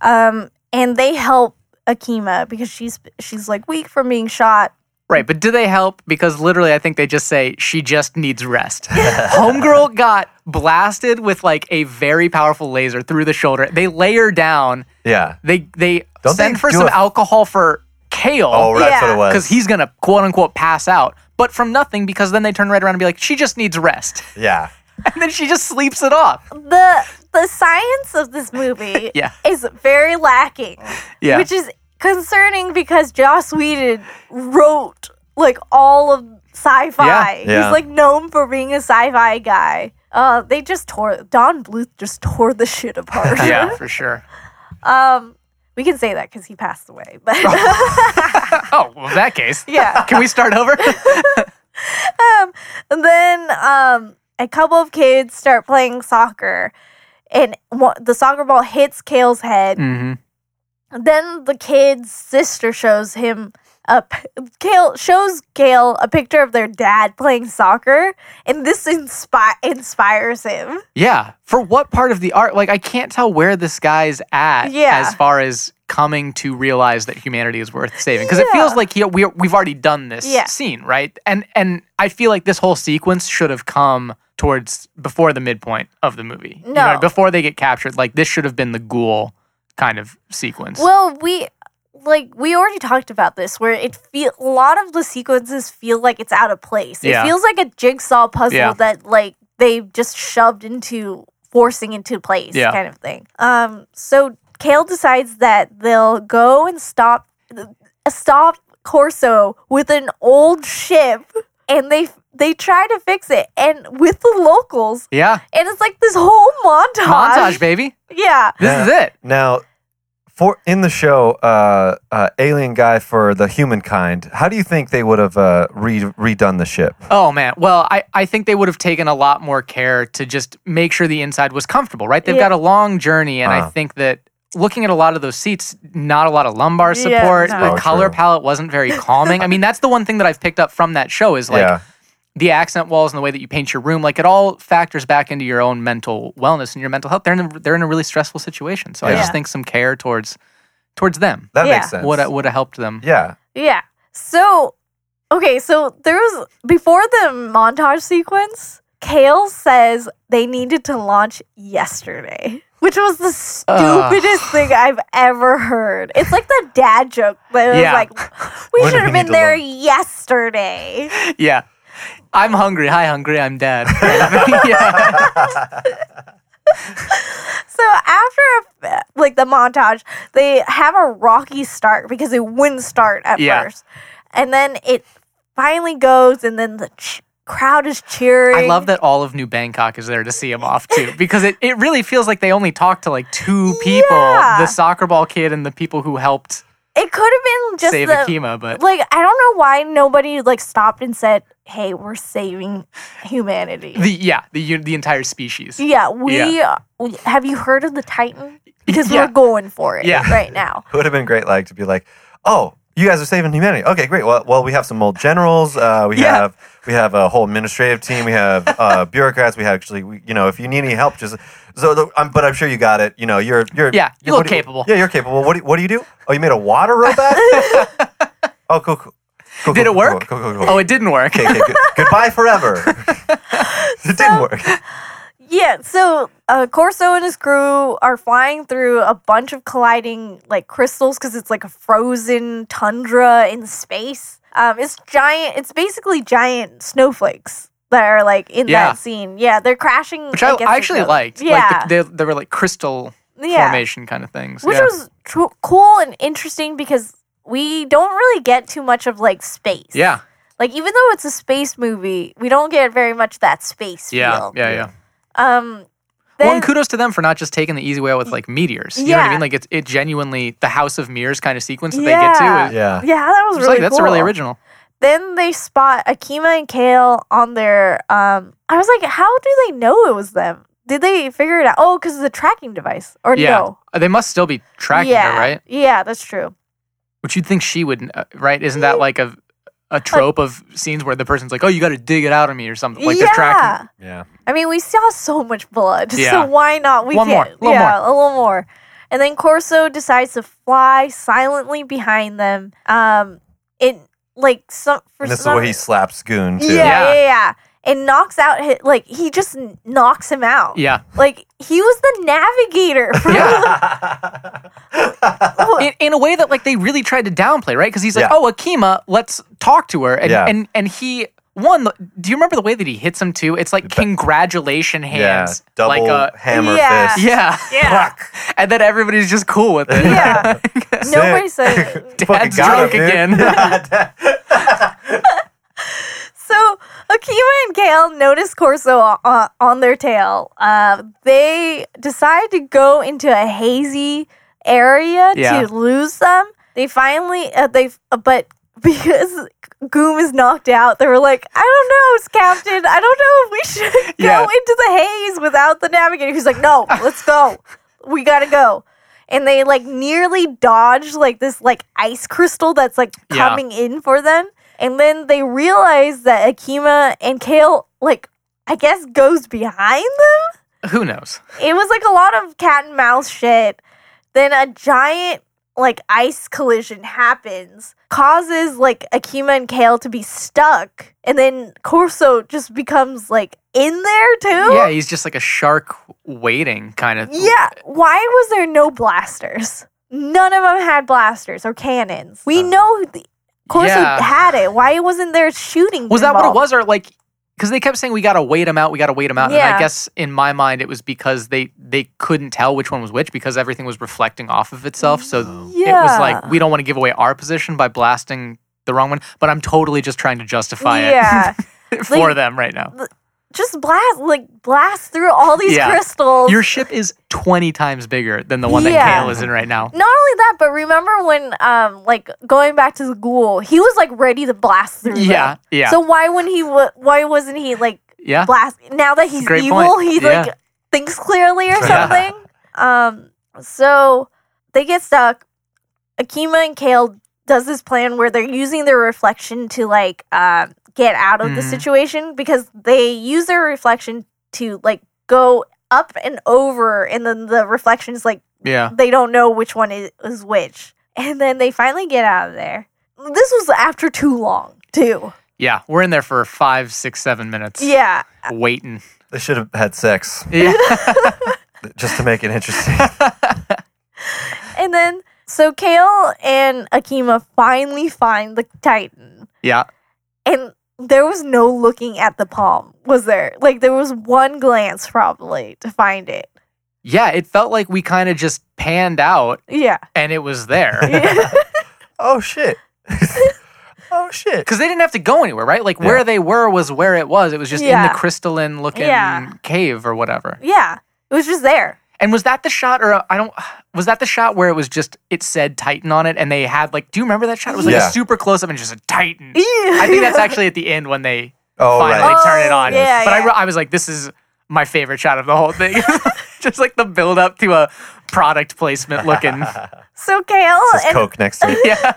Um, and they help Akima because she's she's like weak from being shot, Right, but do they help? Because literally, I think they just say she just needs rest. Homegirl got blasted with like a very powerful laser through the shoulder. They lay her down. Yeah. They they Don't send they for do some a- alcohol for Kale. Oh, right, that's what Yeah. it was. because he's gonna quote unquote pass out, but from nothing because then they turn right around and be like, she just needs rest, yeah. and then she just sleeps it off. the the science of this movie Yeah. is very lacking. Yeah. Which is concerning because Joss Whedon wrote like all of sci-fi. Yeah, yeah. He's like known for being a sci-fi guy. Uh, they just tore Don Bluth just tore the shit apart. Yeah, for sure. Um, we can say that because he passed away, but Oh, well, in that case, yeah. can we start over? And then um, a couple of kids start playing soccer, and one, the soccer ball hits Kale's head. mm-hmm. Then the kid's sister shows him a p- Kale shows Kale a picture of their dad playing soccer, and this inspi- inspires him. Yeah. For what part of the art? Like, I can't tell where this guy's at Yeah. as far as coming to realize that humanity is worth saving. Because it Yeah. feels like he, we, we've already done this Yeah. scene, right? And and I feel like this whole sequence should have come towards before the midpoint of the movie. You know, No. before they get captured, like this should have been the ghoul kind of sequence. Well, we like we already talked about this, where it feel a lot of the sequences feel like it's out of place. Yeah. It feels like a jigsaw puzzle Yeah. that like they just shoved into forcing into place, Yeah. kind of thing. Um, so Kale decides that they'll go and stop stop Corso with an old ship, and they they try to fix it, and with the locals. yeah. And it's like this whole montage. Montage, baby. Yeah. This is it. Now, for in the show, uh, uh, Alien Guy for the Humankind, how do you think they would have uh, re- redone the ship? Oh man. Well, I, I think they would have taken a lot more care to just make sure the inside was comfortable, right? They've Yeah. got a long journey, and I Uh-huh. think that looking at a lot of those seats, not a lot of lumbar Yeah, support. no. The Oh, color true. palette wasn't very calming. I mean, that's the one thing that I've picked up from that show is like yeah. the accent walls and the way that you paint your room. Like it all factors back into your own mental wellness and your mental health. They're in a, they're in a really stressful situation, so I Yeah. just think some care towards towards them That Yeah. makes sense. would would have helped them. yeah. Yeah. So, okay, so there was before the montage sequence, Kale says they needed to launch yesterday, which was the Ugh. stupidest thing I've ever heard. It's like the dad joke that was Yeah. like, we When should do have we been need to there launch? yesterday. Yeah. I'm hungry. Hi, hungry. I'm dead. yeah. So after like the montage, they have a rocky start because it wouldn't start at Yeah. first, and then it finally goes, and then the ch- crowd is cheering. I love that all of New Bangkok is there to see him off too, because it, it really feels like they only talked to like two people Yeah. the soccer ball kid and the people who helped It could have been just save the, Akima. But like I don't know why nobody like stopped and said, "Hey, we're saving humanity." the yeah, the u- the entire species. yeah, we, we- have you heard of the Titan? Because Yeah. we're going for it Yeah. right now. It would have been great, like, to be like, oh, you guys are saving humanity. Okay, great. Well, well we have some old generals. Uh, we Yeah. have we have a whole administrative team. We have uh, bureaucrats. We have actually, we, you know, if you need any help, just so. The, I'm, but I'm sure you got it. You know, you're you're Yeah, you what look do you- capable. Yeah, you're capable. What do, you- what do you do? Oh, you made a water robot. oh, cool. cool. Cool, Did cool, it work? Cool, cool, cool, cool. Oh, it didn't work. okay, okay, good. goodbye forever. it didn't work. Yeah, so uh, Corso and his crew are flying through a bunch of colliding like crystals because it's like a frozen tundra in space. Um, it's giant. It's basically giant snowflakes that are like in Yeah. that scene. Yeah, they're crashing. Which I, against I each actually other. liked. Yeah, Like the, they, they were like crystal yeah. formation kind of things. which yeah. was tr- cool and interesting because we don't really get too much of like space. yeah. Like even though it's a space movie, we don't get very much that space Yeah. feel. Yeah. Yeah. Um well, then, and kudos to them for not just taking the easy way out with like meteors. You know what I Yeah. mean? Like it's it genuinely the House of Mirrors kind of sequence that Yeah. they get to. Is, Yeah. yeah, that was it's really uh, like that's cool. really original. Then they spot Akima and Kale on their um I was like, how do they know it was them? Did they figure it out? Oh, because of the tracking device. Or Yeah. no. They must still be tracking yeah. her, right? Yeah, that's true. Which you'd think she would, uh, right? Isn't that like a a trope of scenes where the person's like, "Oh, you got to dig it out of me" or something? Like yeah. they're tracking. Yeah. I mean, we saw so much blood, Yeah. so why not? We One can, more, little yeah, a little more. And then Corso decides to fly silently behind them. Um, it like some for and this is some where he slaps Goon too. yeah, yeah, Yeah. yeah, And knocks out his, like he just n- knocks him out. Yeah. Like he was the navigator. For, Yeah. in, in a way that like they really tried to downplay, right? Because he's like, Yeah. "Oh, Akima, let's talk to her," and Yeah. and and he one. Do you remember the way that he hits him too? It's like congratulation yeah, hands, double like a hammer Yeah. fist. yeah, yeah. and then everybody's just cool with it. yeah. Nobody Sick. said it. Fucking Dad's got drunk him, again. dude. So Akima and Kale notice Corso on, on their tail. Uh, they decide to go into a hazy area Yeah. to lose them. They finally, uh, they uh, but because Goom is knocked out, they were like, I don't know, Captain. I don't know if we should go Yeah. into the haze without the navigator. He's like, No, let's go. We gotta go. And they like nearly dodge like this like ice crystal that's like Yeah. coming in for them. And then they realize that Akima and Kale, like, I guess goes behind them. Who knows? It was like a lot of cat and mouse shit. Then a giant, like, ice collision happens, causes, like, Akima and Kale to be stuck. And then Corso just becomes, like, in there too. Yeah, he's just like a shark waiting kind of. Yeah. Why was there no blasters? None of them had blasters or cannons. We know the, Corso Uh, Yeah. had it. Why wasn't there shooting? Was that what it involved? was, or like? Because they kept saying we gotta wait him out, we gotta wait him out, and Yeah. I guess in my mind it was because they they couldn't tell which one was which because everything was reflecting off of itself. So it was like we don't want to give away our position by blasting the wrong one but i'm totally just trying to justify yeah it for Like- them right now just blast like blast through all these Yeah. crystals your ship is 20 times bigger than the one Yeah. that kale is in right now not only that but remember when um like going back to the ghoul he was like ready to blast through yeah them. yeah so why wouldn't he wa- why wasn't he like yeah blast now that he's Great evil point. he Yeah. like thinks clearly or Yeah. something um so they get stuck akima and kale does this plan where they're using their reflection to like um get out of the Mhm. situation because they use their reflection to like go up and over and then the reflection is like yeah they don't know which one is, is which and then they finally get out of there this was after too long too yeah we're in there for five six seven minutes yeah waiting They should have had sex yeah just to make it interesting. And then, so Kale and Akima finally find the Titan. yeah And there was no looking at the palm, was there? Like, there was one glance probably to find it. yeah it felt like we kind of just panned out Yeah. and it was there yeah. oh shit. oh shit. because they didn't have to go anywhere right like Yeah. where they were was where it was it was just in Yeah. the crystalline looking Yeah. cave or whatever It was just there. And was that the shot, or uh, I don't? Was that the shot where it was just it said Titan on it, and they had like? Do you remember that shot? It was like Yeah. a super close up and just a Titan. I I think that's actually at the end when they Oh finally right. Oh, turn it on. yeah, but I yeah. re- I, was like, this is my favorite shot of the whole thing. just like the build up to a product placement looking. So Kale This is and Coke next to me. yeah,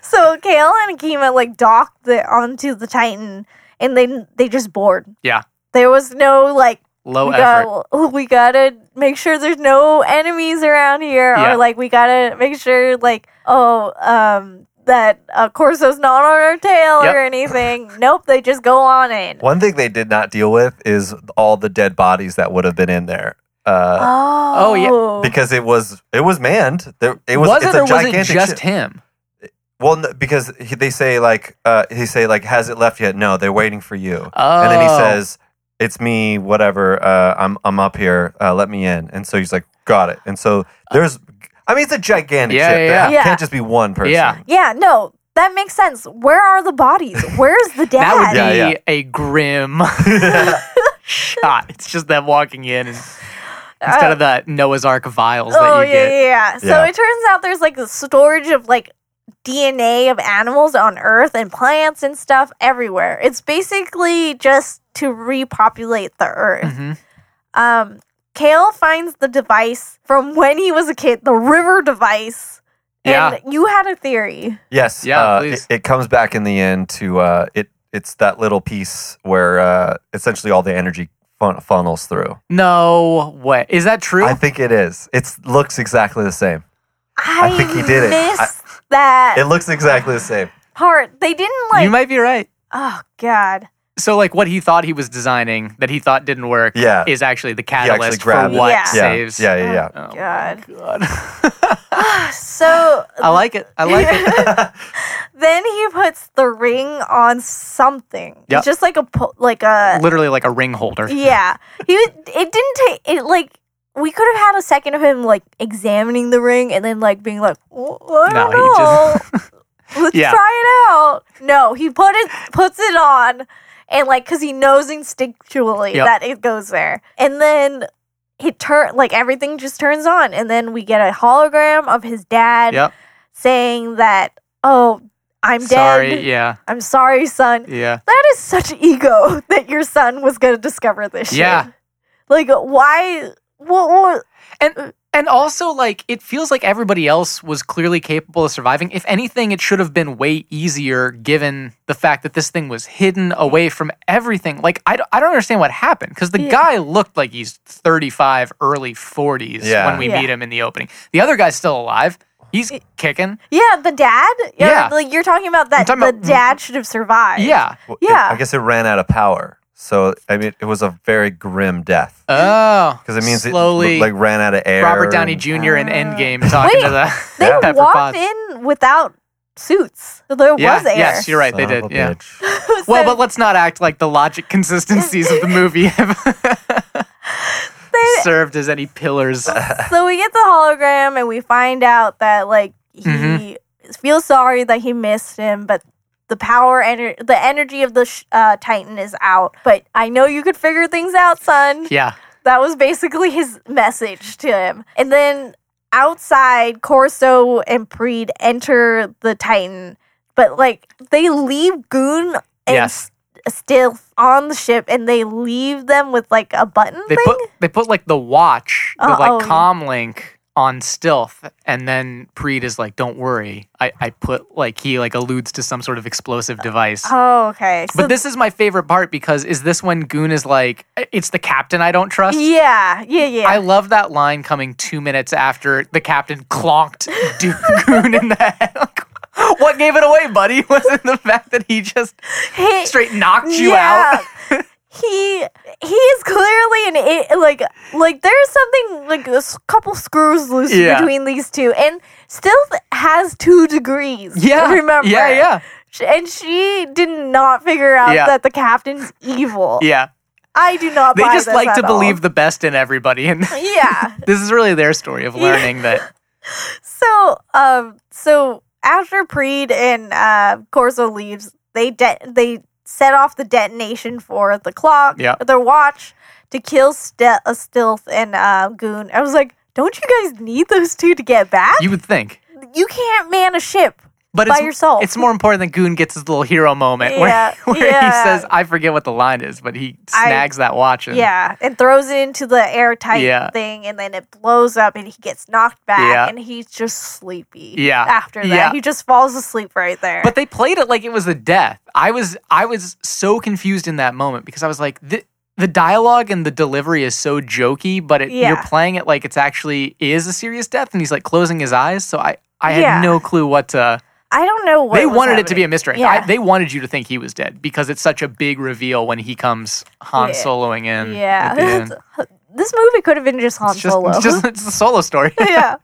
so Kale and Akima like docked the onto the Titan, and then they just bored. yeah, There was no like low we effort. Got, we gotta make sure there's no enemies around here, Yeah. or like we gotta make sure like oh um that uh, Corso's not on our tail Yep. or anything. nope, they just go on in. One thing they did not deal with is all the dead bodies that would have been in there. Uh, Oh, Oh, yeah. because it was it was manned. There, it was, was it's it a or was it gigantic just ship. him? Well, no, because he, they say like uh, he say like has it left yet? No, they're waiting for you. And then he Oh. says, "It's me, whatever. Uh, I'm I'm up here. Uh, let me in." And so he's like, "Got it." And so there's, I mean, it's a gigantic Yeah, ship. yeah, There yeah. Yeah. can't just be one person. Yeah. yeah, no, that makes sense. Where are the bodies? Where's the dad? That would be Yeah, yeah. a grim shot. It's just them walking in and instead of the Noah's Ark vials oh that you yeah, get. yeah, yeah. So Yeah. it turns out there's like a storage of like DNA of animals on Earth and plants and stuff everywhere. It's basically just to repopulate the Earth. Mhm. Um, Kale finds the device from when he was a kid, the river device. Yeah. And you had a theory. Yes. Yeah, uh, please. it, it comes back in the end to uh, it. It's that little piece where uh, essentially all the energy fun- funnels through. No way. Is that true? I think it is. It looks exactly the same. I, think he did it. I- missed that. It looks exactly the same. part. They didn't like. you might be right. oh God. So like what he thought he was designing that he thought didn't work Yeah. is actually the actually catalyst for grabbed it. what Yeah. saves. Yeah, yeah, yeah. Oh, my God. God. So I like it. I like it. then he puts the ring on something. Yep. Just like a po- like a Literally like a ring holder. yeah. He was- it didn't take it like we could have had a second of him like examining the ring and then like being like, "Oh, I No, don't he know. just- Let's Yeah. try it out. No, he put it puts it on and like because he knows instinctually Yep. that it goes there, and then it turn like everything just turns on, and then we get a hologram of his dad Yep. saying that, "Oh, I'm dead. Sorry. Yeah. I'm sorry, son." Yeah. That is such ego that your son was gonna discover this shit. Yeah. Like why? What? what And and also like it feels like everybody else was clearly capable of surviving. If anything, it should have been way easier given the fact that this thing was hidden away from everything. Like I, don't- I don't understand what happened because the Yeah. guy looked like he's 35, early 40s Yeah. when we Yeah. meet him in the opening. The other guy's still alive. He's kicking. yeah, the dad. Yeah. like you're talking about that. talking the about- dad should have survived. Yeah. Well, Yeah. It, I guess it ran out of power. So I mean, it was a very grim death Oh. because it means slowly it like ran out of air. Robert Downey and- Jr. in Endgame talking Ah. Wait, to the They Yeah. Pepper walked Potts. in without suits. So there Yeah, was air. yes, you're right. They Son did. of a Yeah. bitch. Well, but let's not act like the logic consistencies of the movie have served as any pillars. so we get the hologram and we find out that like he Mhm. feels sorry that he missed him, but the power ener- the energy of the sh- uh, Titan is out. But I know you could figure things out, son. Yeah. That was basically his message to him. And then outside, Corso and Preed enter the Titan, but like they leave Goon and Yes. s- still on the ship, and they leave them with like a button They thing. put they put like the watch, the Uh-oh. like comm link on stealth, and then Preed is like, "Don't worry." I I put like he like alludes to some sort of explosive device. oh, okay. So But this is my favorite part because is this when Goon is like, "It's the captain I don't trust." yeah, yeah, yeah. I love that line coming two minutes after the captain clonked Duke Goon in the head. Like, what gave it away, buddy? Wasn't the fact that he just He- straight knocked you out? he he is clearly an i- like like there's something like a s- couple screws loose Yeah. between these two, and Stealth has two degrees. Yeah. remember? Yeah, yeah. Sh- And she did not figure out Yeah. that the captain's evil. Yeah. I do not. They buy just this like at to all. believe the best in everybody. And Yeah. this is really their story of learning that. So um so after Preed and uh Corso leaves, they de- they set off the detonation for the clock, Yeah. their watch to kill Ste- uh, Stealth and uh, Goon. I was like, don't you guys need those two to get back? You, You would think. can't man a ship. But By it's, yourself. it's more important that Goon gets his little hero moment where- Yeah, where, yeah. he says, I forget what the line is, but he I- snags that watch. And, Yeah, and throws it into the airtight Yeah. thing, and then it blows up, and he gets knocked back, Yeah. and he's just sleepy. Yeah. after that, Yeah. he just falls asleep right there. But they played it like it was a death. I was I was so confused in that moment because I was like, the, the dialogue and the delivery is so jokey, but it, Yeah. you're playing it like it's actually is a serious death, and he's like closing his eyes. So I I had Yeah. no clue what to. I don't know what they was wanted it to be a happening. mystery. Yeah. I, they wanted you to think he was dead because it's such a big reveal when he comes Han Yeah. Soloing in. at the Yeah. end. this movie could have been just Han It's just, Solo. it's just it's a solo story. yeah.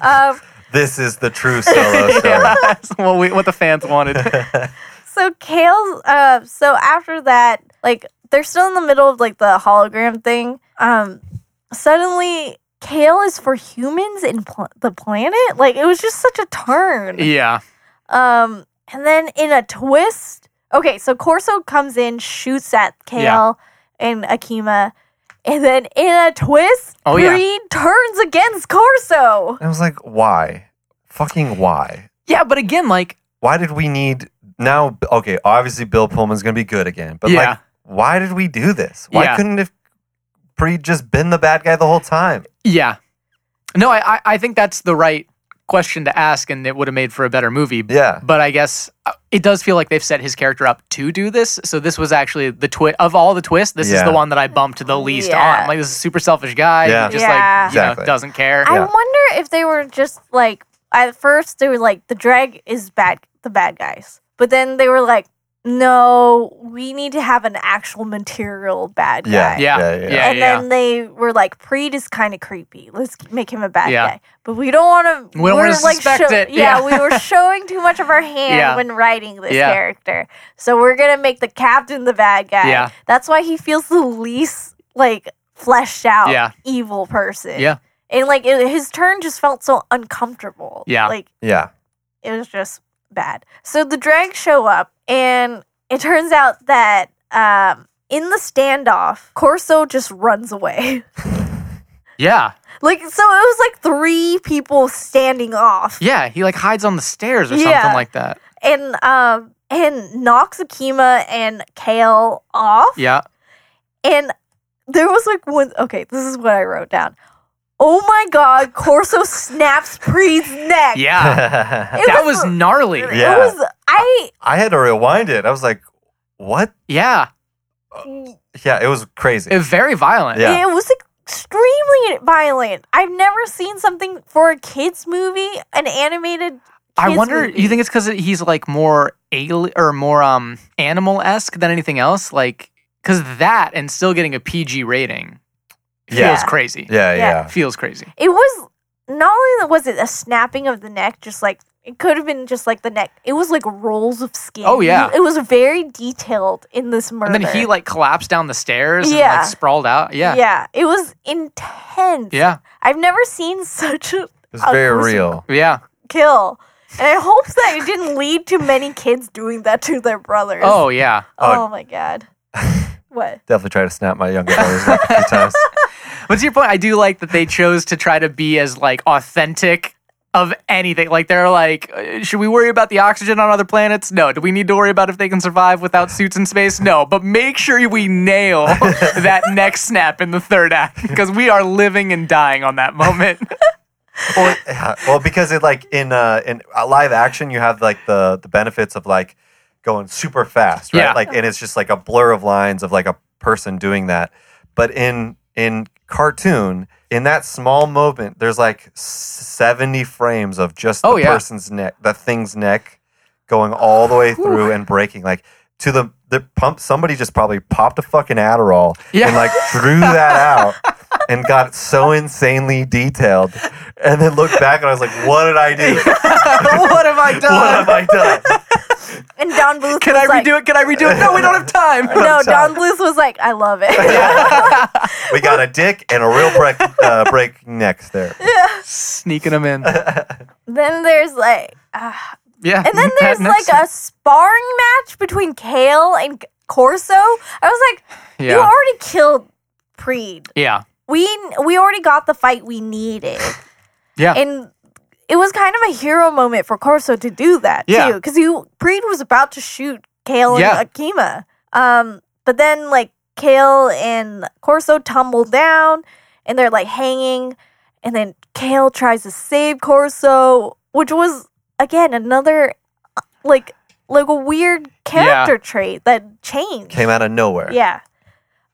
Um, This is the true solo story. That's what, we, what the fans wanted. so Kale's uh so after that, like they're still in the middle of like the hologram thing. Um suddenly Kale is for humans in pl- the planet. Like it was just such a turn. yeah. Um, and then in a twist, okay, so Corso comes in, shoots at Kale Yeah. and Akima, and then in a twist, Oh, yeah. Creed turns against Corso. I was like, why? Fucking why? Yeah, but again, like Why did we need now? Okay, obviously Bill Pullman's gonna be good again, but Yeah. like, why did we do this? Why Yeah. couldn't have Preed just been the bad guy the whole time? Yeah. No, I, I, I think that's the right question to ask, and it would have made for a better movie. Yeah. But I guess uh, it does feel like they've set his character up to do this. So this was actually the twist of all the twists. This is Yeah. the one that I bumped the least Yeah. on. Like this is a super selfish guy. who Yeah. just Yeah. like you know Exactly. doesn't care. I Yeah. wonder if they were just like at first they were like the drag is bad the bad guys. But then they were like, no, we need to have an actual material bad guy. Yeah. Yeah. Yeah, Yeah. yeah. Yeah. and yeah. then they were like, Preed is kind of creepy. Let's make him a bad Yeah. guy. But we don't want to. We don't wanna suspect it. Yeah, Yeah. we were showing too much of our hand Yeah. when writing this Yeah. character. So we're going to make the captain the bad guy. Yeah. That's why he feels the least like fleshed out Yeah. evil person. Yeah. And like it, his turn just felt so uncomfortable. Yeah. Like yeah. it was just bad. So the drags show up, and it turns out that um, in the standoff, Corso just runs away. yeah. like, so it was like three people standing off, Yeah. He like hides on the stairs or Yeah. something like that. and um, and knocks Akima and Kale off, Yeah. and there was like one. Okay, this is what I wrote down. Oh my God! Corso snaps Preed's neck. Yeah. It that was gnarly. It Yeah. was I. I had to rewind it. I was like, what? Yeah. Yeah, it was crazy. It was very violent. Yeah. It was extremely violent. I've never seen something for a kids movie, an animated. Kids I wonder. Movie. You think it's because he's like more alien or more um animal esque than anything else? Like, because that and still getting a PG rating feels Yeah. crazy. yeah, Yeah. yeah. Feels crazy. it was not only was it a snapping of the neck, just like it could have been just like the neck. It was like rolls of skin. Oh, yeah. it was very detailed in this murder. And then he like collapsed down the stairs and Yeah. like sprawled out. Yeah. yeah, it was intense. Yeah. I've never seen such a It's a very gruesome real. Yeah. kill. And I hope that it didn't lead to many kids doing that to their brothers. Oh yeah. oh my god. what? Definitely try to snap my younger brother's neck a few times. What's your point? I do like that they chose to try to be as like authentic of anything. Like they're like, uh, should we worry about the oxygen on other planets? No. Do we need to worry about if they can survive without suits in space? No. But make sure we nail that neck snap in the third act because we are living and dying on that moment. well, yeah, well, because it like in uh, in uh, live action, you have like the the benefits of like going super fast, right? Yeah. Like, and it's just like a blur of lines of like a person doing that. But in in cartoon, in that small moment, there's like seventy frames of just Oh, the yeah. person's neck, the thing's neck, going all the way through and breaking like. To the, the pump, somebody just probably popped a fucking Adderall Yeah. and like drew that out and got so insanely detailed and then looked back and I was like, what did I do? what have I What have done? I done? And Don Bluth Can was I like, redo it? Can I redo it? No, we don't have time. No, Sorry. Don Bluth was like, I love it. We got a dick and a real break, uh, break neck there. Sneaking them in. then there's like, Yeah. and then there's like a sparring match between Kale and Corso. I was like, Yeah. you already killed Preed. yeah. We we already got the fight we needed, Yeah. and it was kind of a hero moment for Corso to do that Yeah. too, because he Preed was about to shoot Kale and Yeah. Akima. Um, but then like Kale and Corso tumble down, and they're like hanging, and then Kale tries to save Corso, which was again another uh, like like a weird character trait that changed. Came out of nowhere. yeah.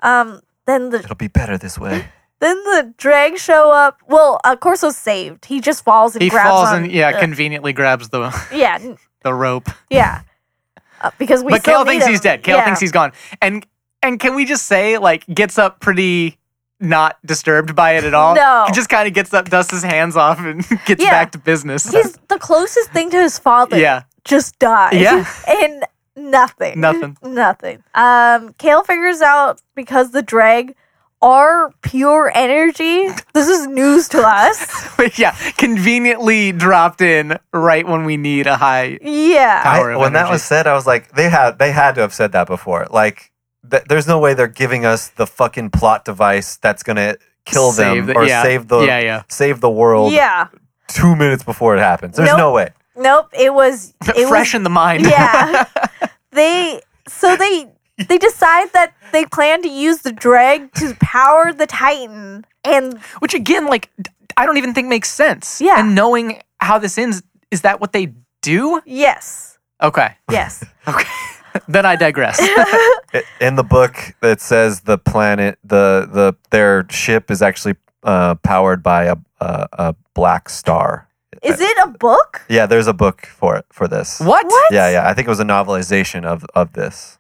Um. Then the It'll be better this way. then the drag show up. Well, uh, Corso's saved. He just falls and he grabs falls on- and yeah, uh, conveniently grabs the yeah, n- the rope. yeah. Uh, because we but still Kale need thinks him. he's dead. Kale Yeah. thinks he's gone. And and can we just say like gets up pretty not disturbed by it at all? No. He just kind of gets up, dusts his hands off, and gets Yeah. back to business. He's the closest thing to his father. Yeah. just dies. Yeah. and nothing. Nothing. nothing. Um, Kale figures out because the drag are pure energy. This is news to us. yeah. Conveniently dropped in right when we need a high Yeah. power I- of when that energy. was said, I was like, they had they had to have said that before. Like, th- there's no way they're giving us the fucking plot device that's gonna kill Save them the- or yeah. save the Yeah, yeah. save the world Yeah. two minutes before it happens. There's Nope. no way. Nope. It was it was fresh in the mind. yeah they so they they decide that they plan to use the drag to power the titan and Which again, like d- I don't even think makes sense. Yeah. And knowing how this ends, is that what they do? yes Okay. yes Okay. then I digress. I- in the book that says the planet the the their ship is actually uh, powered by a, a a black star Is it a book? Yeah, there's a book for it for this. What? What? Yeah, yeah. I think it was a novelization of of this.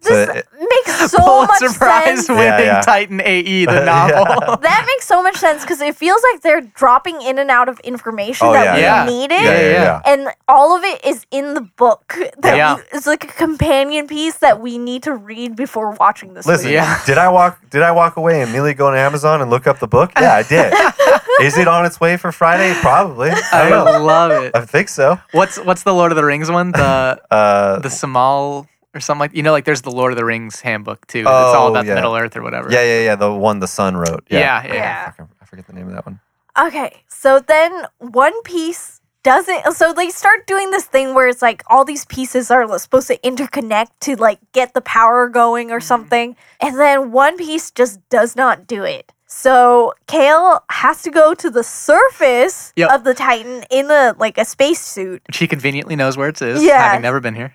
so This it- makes so Pulitzer much Prize sense. winning Yeah, yeah. Titan AE, the Yeah. novel. That makes so much sense because it feels like they're dropping in and out of information Oh, that yeah, we yeah. needed. yeah, yeah, yeah. yeah. And all of it is in the book. That Yeah. we, it's like a companion piece that we need to read before watching this. Listen, movie. Yeah. did I walk? Did I walk away and immediately go on Amazon and look up the book? Yeah, I did. Is it on its way for Friday? Probably. I I don't know. love it. I think so. What's what's the Lord of the Rings one? The Uh, the Somal or something like you know, like there's the Lord of the Rings handbook too. It's Oh, all about yeah. the Middle Earth or whatever. yeah, yeah, yeah. The one the son wrote. yeah, yeah. Yeah. Fuck, I forget the name of that one. Okay, so then One Piece doesn't. So they start doing this thing where it's like all these pieces are li- supposed to interconnect to like get the power going or something, and then One Piece just does not do it. So Kale has to go to the surface Yep. of the Titan in a like a spacesuit. Which he conveniently knows where it is, Yeah. having never been here.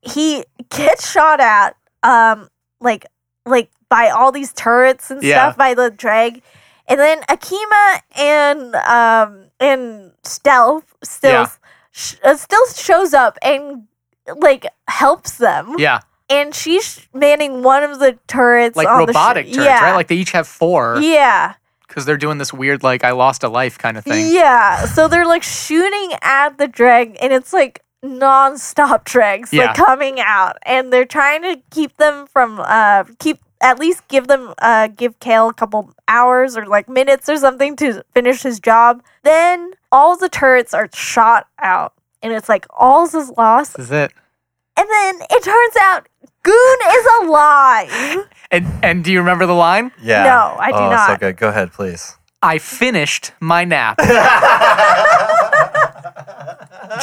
He gets shot at, um, like like by all these turrets and Yeah. stuff by the drag. And then Akima and um and Stealth Stealth sh- uh, Stealth shows up and like helps them. Yeah. And she's manning one of the turrets Like on the sh- robotic turrets, yeah. right? Like they each have four because yeah. they're doing this weird like I lost a life kind of thing. Yeah. So they're like shooting at the drag and it's like non-stop drags Yeah. like coming out and they're trying to keep them from uh keep at least give them uh give Kale a couple hours or like minutes or something to finish his job. Then all the turrets are shot out and it's like all's is lost. This is it. And then it turns out Goon is alive. And and do you remember the line? Yeah. No, I do oh, So not. good. Go ahead, please. I finished my nap.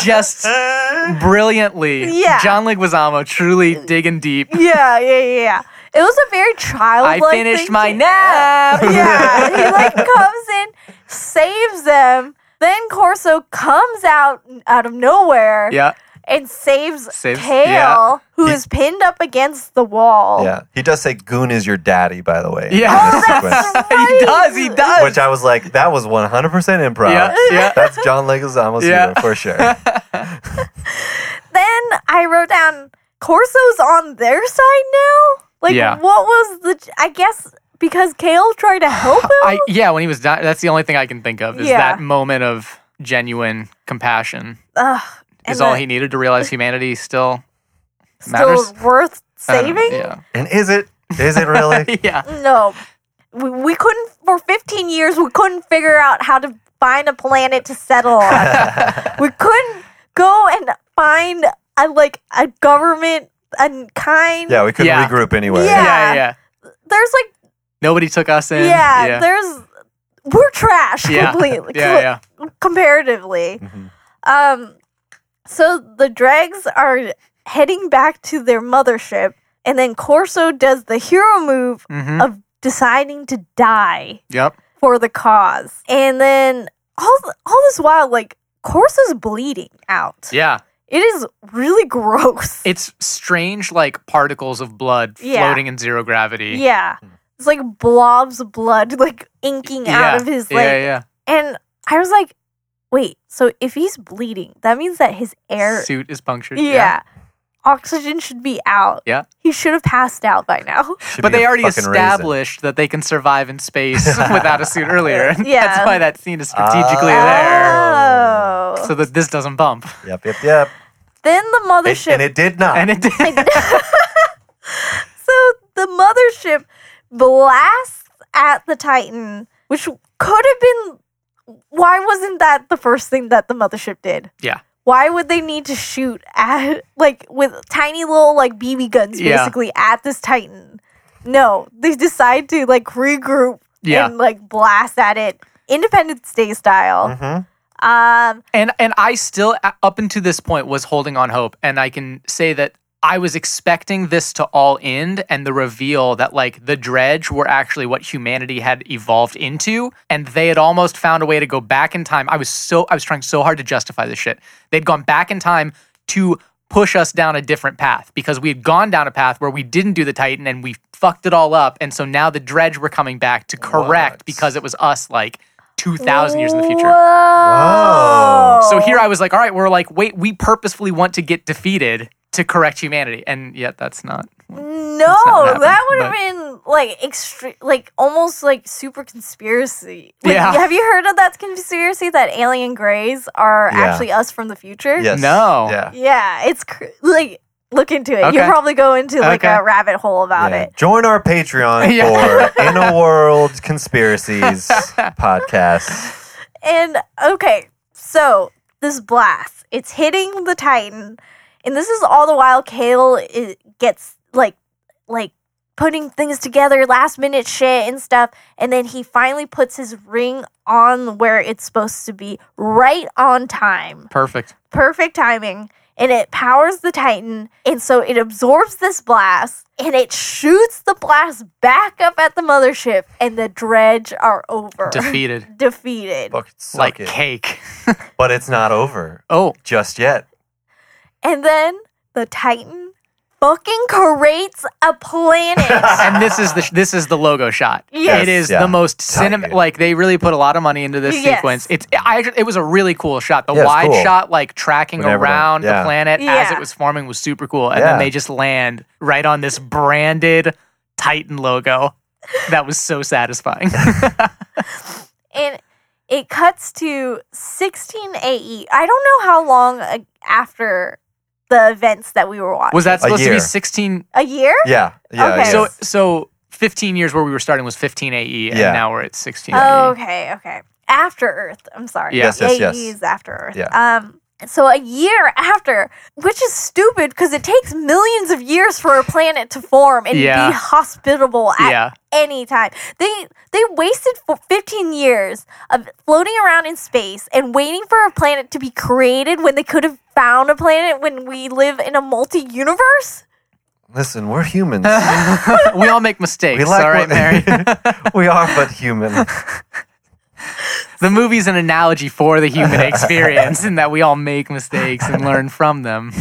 Just brilliantly. Yeah. John Leguizamo truly digging deep. yeah, yeah, yeah, yeah. It was a very I childlike. finished thing my to- nap. yeah, he like comes in, saves them. Then Corso comes out out of nowhere Yeah. and saves, Saves- Kale, yeah. who He- is pinned up against the wall. Yeah. He does say Goon is your daddy, by the way. in Oh. Yeah. Oh, this sequence, He does. He does. Which I was like, that was 100% improv. Yeah, yeah. That's John Leguizamo's Yeah. humor for sure. Yeah, Then I wrote down Corso's on their side now. Like, Yeah. what was the? I guess because Kale tried to help him. I yeah, when he was dying, that's the only thing I can think of is Yeah. that moment of genuine compassion Ugh, is and all the- he needed to realize humanity still matters. still worth I don't saving. know, Yeah, And is it? Is it really? yeah. No. We, we couldn't, for 15 years, we couldn't figure out how to find a planet to settle on. we couldn't go and find a, like a government and kind. yeah, we couldn't Yeah. regroup anyway. Yeah. yeah, yeah, There's like, Nobody took us in. yeah, there's, we're trash Yeah. completely, yeah, yeah. comparatively. Mhm. Um, so the dregs are heading back to their mothership, and then Corso does the hero move Mm-hmm. of deciding to die. Yep. for the cause. And then all all this while, like Corso's bleeding out. Yeah. It is really gross. It's strange, like particles of blood Yeah. floating in zero gravity. yeah, it's like blobs of blood, like inking out of his leg. Yeah, yeah. And I was like, wait, so if he's bleeding, that means that his air, Suit is punctured. yeah. Oxygen should be out. Yeah. He should have passed out by now. Should But be they a already fucking raisin. established that they can survive in space without a suit earlier. Yeah. That's why that scene is strategically Ah. Oh. there. So that this doesn't bump. Yep, yep, yep. then the It, mothership and it did not. And it did. So the mothership blasts at the Titan, which could have been. Why wasn't that the first thing that the mothership did? Yeah. Why would they need to shoot at like with tiny little like BB guns Yeah. basically at this Titan? No, they decide to like regroup Yeah. and like blast at it, Independence Day style. Mhm. Mm-hmm. Um, And and I still a- up until this point was holding on hope, and I can say that I was expecting this to all end and the reveal that like the dredge were actually what humanity had evolved into, and they had almost found a way to go back in time. I was so I was trying so hard to justify this shit. They'd gone back in time to push us down a different path because we had gone down a path where we didn't do the Titan and we fucked it all up, and so now the dredge were coming back to correct What? because it was us like 2,000 years in the future. Whoa. So Oh. here I was like, all right, we're like, wait, we purposefully want to get defeated to correct humanity. And yet that's not. not what No, happened, that would have but- been like extreme, like almost like super conspiracy. Like, Yeah. Have you heard of that conspiracy that alien grays are Yeah. actually us from the future? Yes. No. Yeah. Yeah, it's cr- like look into it. You'll Okay. probably go into like Okay. a rabbit hole about Yeah. it. Join our Patreon Yeah. for In a World Conspiracies podcast. And okay, so this blast, it's hitting the Titan, and this is all the while Kale i gets like, like putting things together, last minute shit and stuff, and then he finally puts his ring on where it's supposed to be, right on time, Perfect. perfect timing. And it powers the Titan, and so it absorbs this blast, and it shoots the blast back up at the mothership, and the dredge are over. Defeated. defeated. Fuck, suck like it. cake. But it's not over Oh, just yet. And then the Titan fucking creates a planet. and this is the sh- this is the logo shot. Yes. it is Yeah. the most Titan. cinema. Like they really put a lot of money into this Yes. sequence. It's I actually- it was a really cool shot. The Yeah, it's wide cool. shot, like tracking With everything. around Yeah. the planet as Yeah. it was forming, was super cool. And Yeah. then they just land right on this branded Titan logo. That was so satisfying. and it cuts to 16 AE. I don't know how long a- after the events that we were watching. was that A supposed to year. be sixteen? a year? Yeah. Yeah. Okay. yeah. So so fifteen years where we were starting was fifteen AE, and Yeah. now we're at sixteen. E. Oh, AE. okay, okay. After Earth. I'm sorry. Yes, yes, yes. AE is after Earth. Yeah. Um so a year after, which is stupid because it takes millions of years for a planet to form and Yeah. be hospitable at Yeah. any time. They they wasted for 15 years of floating around in space and waiting for a planet to be created when they could have found a planet when we live in a multi-universe. Listen, we're humans. we all make mistakes. We like all right, what- Mary. we are but human. the movie's an analogy for the human experience in that we all make mistakes and learn from them.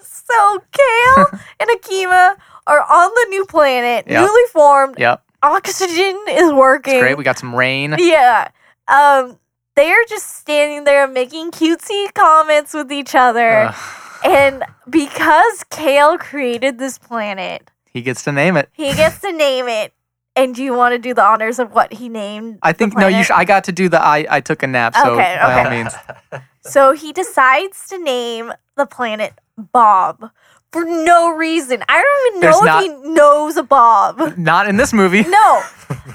So Kale and Akima are on the new planet, Yep. newly formed. Yep. Oxygen is working. It's great. We got some rain. yeah. Um they're just standing there making cutesy comments with each other. Ugh, and because Kale created this planet, he gets to name it. He gets to name it. And do you want to do the honors of what he named? I the think no. You. planet? Sh- I got to do the. I. I took a nap. So Okay, by all okay. means, so he decides to name the planet Bob for no reason. I don't even know There's if not- he knows a Bob. not in this movie. No,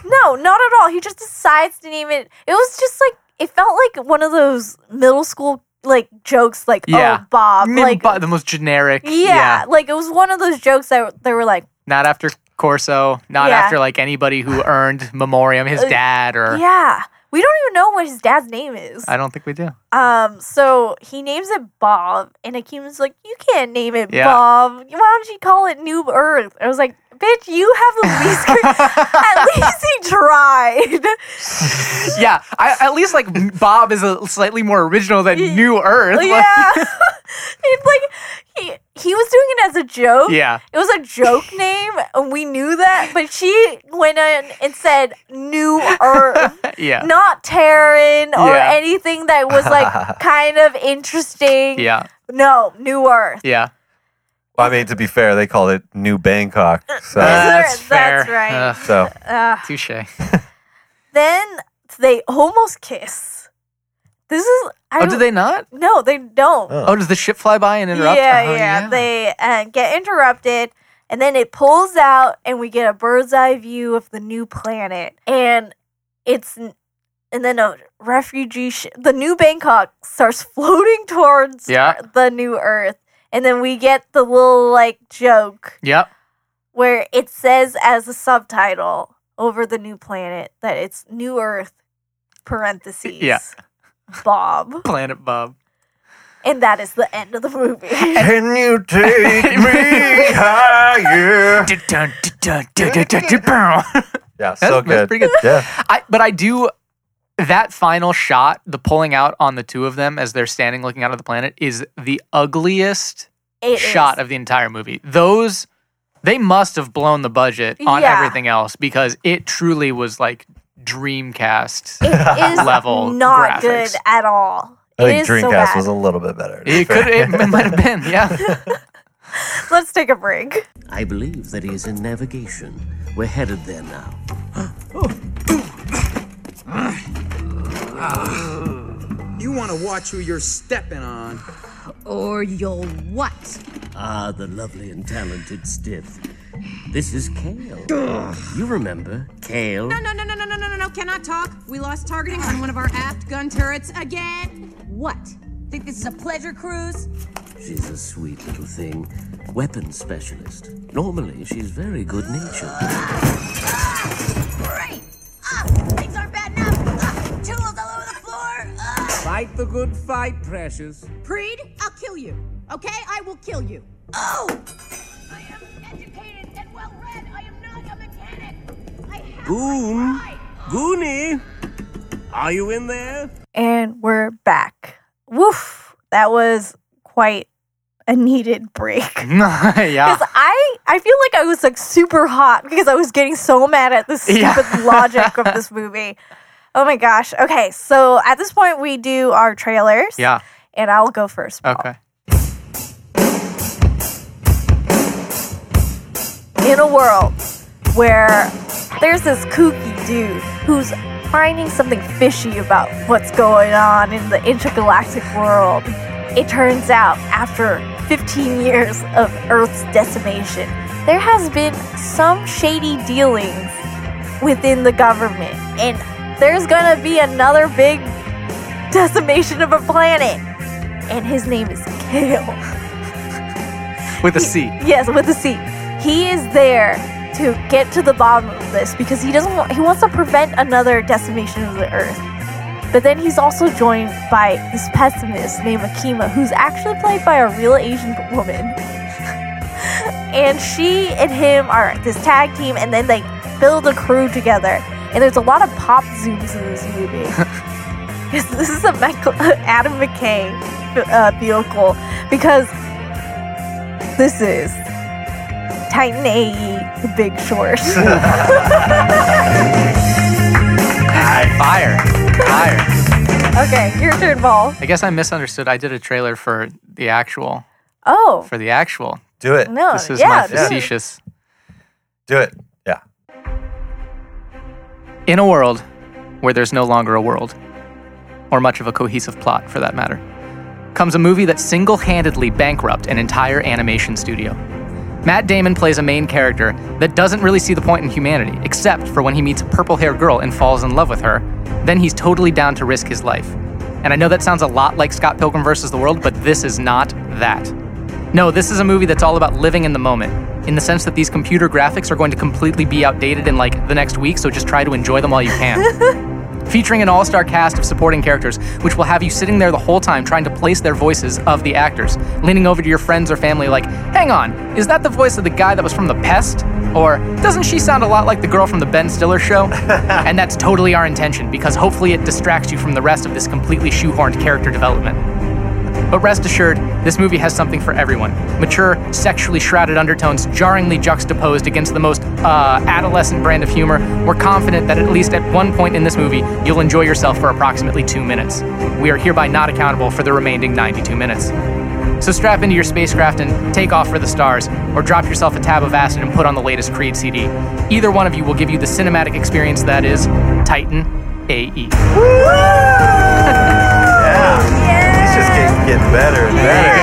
no, not at all. He just decides to name it. It was just like it felt like one of those middle school like jokes, like Yeah. oh Bob, I mean, like but the most generic. yeah, like it was one of those jokes that they were like, Not after Corso. Not Yeah. after like anybody who earned memoriam, his Uh, dad or. yeah, we don't even know what his dad's name is. I don't think we do. Um, so he names it Bob, and Akima's like, "You can't name it Yeah. Bob. Why don't you call it Noob Earth?" I was like, "Bitch, you have the least. At least he tried. Yeah, I, at least like Bob is a slightly more original than New Earth. Like- yeah, it's like he he was doing it as a joke. yeah. It was a joke name, and we knew that. But she went in and said New Earth. Yeah. Not Terran or Yeah. anything that was like kind of interesting. Yeah. No, New Earth. Yeah. I mean, to be fair, they call it New Bangkok. So, Uh, That's fair. That's right. Ugh, so Ugh. touche. then they almost kiss. This is I Oh, don't, do they not? No, they don't. Oh. Oh, does the ship fly by and yeah, interrupt? yeah, Oh, They uh, get interrupted, and then it pulls out, and we get a bird's eye view of the new planet, and it's n- and then a refugee ship. The new Bangkok starts floating towards Yeah. the new Earth, and then we get the little like joke Yep. where it says as a subtitle over the new planet that it's New Earth parentheses Yeah. Bob, Planet Bob. and that is the end of the movie. can you take me higher? Dun, dun, dun, dun, dun, dun, dun, bow. Yeah, That's- so that's good. pretty good. Yeah, I, but I do that final shot, the pulling out on the two of them as they're standing looking out of the planet, is the ugliest It is. shot of the entire movie. Those they must have blown the budget on Yeah. everything else because it truly was like Dreamcast. It is Level not graphics. good at all. I it think is so Dreamcast bad. was a little bit better. It could it might have been, yeah. Let's take a break. I believe that he is in navigation. We're headed there now. You want to watch who you're stepping on. Or you'll what? Ah, the lovely and talented Stiff. This is Kale. You remember Kale? No, no, no, no, no, no, no, no, no. Can I talk? We lost targeting on one of our aft gun turrets again. What? Think this is a pleasure cruise? She's a sweet little thing. Weapons specialist. Normally, she's very good natured. Great! Ah, things aren't bad now. Ah, tools all over the floor. Ah. Fight the good fight, precious. Preed, I'll kill you. Okay, I will kill you. Oh! I am educated and well read. I am not a mechanic. I have Goon. Goonie! Are you in there? And we're back. Woof. That was quite a needed break. yeah. Because I, I feel like I was like super hot because I was getting so mad at the stupid Yeah. logic of this movie. Oh my gosh. Okay, so at this point we do our trailers. Yeah. And I'll go first. Paul. Okay. In a world where there's this kooky dude who's finding something fishy about what's going on in the intergalactic world. It turns out after 15 years of Earth's decimation, there has been some shady dealings within the government. And there's gonna be another big decimation of a planet. And his name is Kale. With a C. Yes, with a C. He is there to get to the bottom of this because he doesn't want, he wants to prevent another decimation of the earth. But then he's also joined by this pessimist named Akima, who's actually played by a real Asian woman. and she and him are this tag team, and then they build a crew together. And there's a lot of pop zooms in this movie. 'Cause this is a Michael, Adam McKay uh, vehicle because this is Titan AE, The Big Short. Fire. Fire. okay, your turn, Paul. I guess I misunderstood. I did a trailer for the actual Oh, for the actual. Do it. no. This is Oh, yeah, my this is- facetious. Do it. Yeah. In a world where there's no longer a world, or much of a cohesive plot for that matter, comes a movie that single handedly bankrupt an entire animation studio. Matt Damon plays a main character that doesn't really see the point in humanity, except for when he meets a purple haired girl and falls in love with her. Then he's totally down to risk his life. And I know that sounds a lot like Scott Pilgrim vs. the World, but this is not that. No, this is a movie that's all about living in the moment, in the sense that these computer graphics are going to completely be outdated in like the next week, so just try to enjoy them while you can. Featuring an all star cast of supporting characters, which will have you sitting there the whole time trying to place their voices of the actors, leaning over to your friends or family like, hang on, is that the voice of the guy that was from The Pest? Or doesn't she sound a lot like the girl from the Ben Stiller show? and that's totally our intention, because hopefully it distracts you from the rest of this completely shoehorned character development. But rest assured, this movie has something for everyone. Mature, sexually shrouded undertones jarringly juxtaposed against the most uh, adolescent brand of humor. We're confident that at least at one point in this movie, you'll enjoy yourself for approximately two minutes. We are hereby not accountable for the remaining 92 minutes. So strap into your spacecraft and take off for the stars, or drop yourself a tab of acid and put on the latest Creed CD. Either one of you will give you the cinematic experience that is Titan E. AE. Yeah. It's just getting, getting better and better.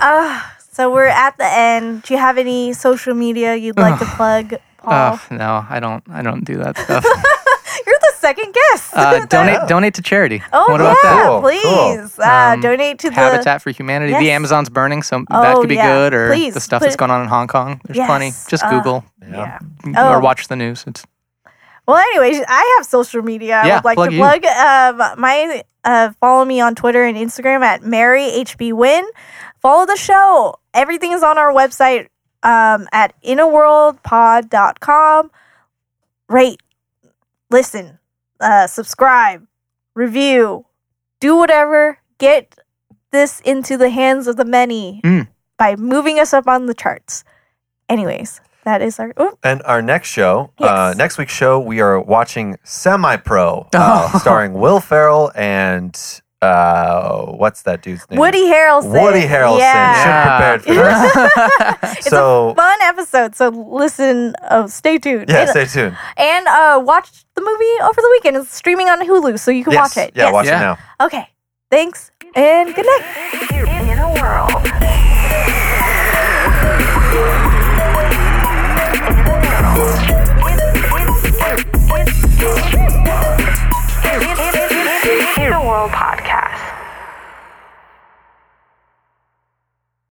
Ah, so we're at the end. Do you have any social media you'd like to plug, Paul? Oh, no, I don't. I don't do that stuff. You're the second guest. Uh, donate, donate to charity. oh, what about yeah, that? Cool, please. Uh, Um, donate to the. Habitat for Humanity. The Yes. Amazon's burning, so that Oh, could be yeah. good. Or Please, the stuff put that's it- going on in Hong Kong. There's plenty. Yes, Just uh, Google Yeah. Oh. or watch the news. It's Well, anyways, I have social media. I Yeah, would like plug to you. plug. Um, my uh, follow me on Twitter and Instagram at Mary HB Win. Follow the show. Everything is on our website um, at innerworldpod.com. Rate, listen, uh, subscribe, review, do whatever. Get this into the hands of the many Mm. by moving us up on the charts. Anyways, That is our. Oh, And our next show, uh, Yes. next week's show, we are watching Semi Pro, uh, starring Will Ferrell and uh, what's that dude's name? Woody Harrelson. Woody Harrelson. Yeah. Yeah. Should prepared for this. so Fun episode. So listen. Oh, stay tuned. yeah, And- stay tuned. and uh, watch the movie over the weekend. It's streaming on Hulu, so you can Yes. watch it. Yeah, Yes. watch Yeah. it now. Okay. Thanks and good night. In a world.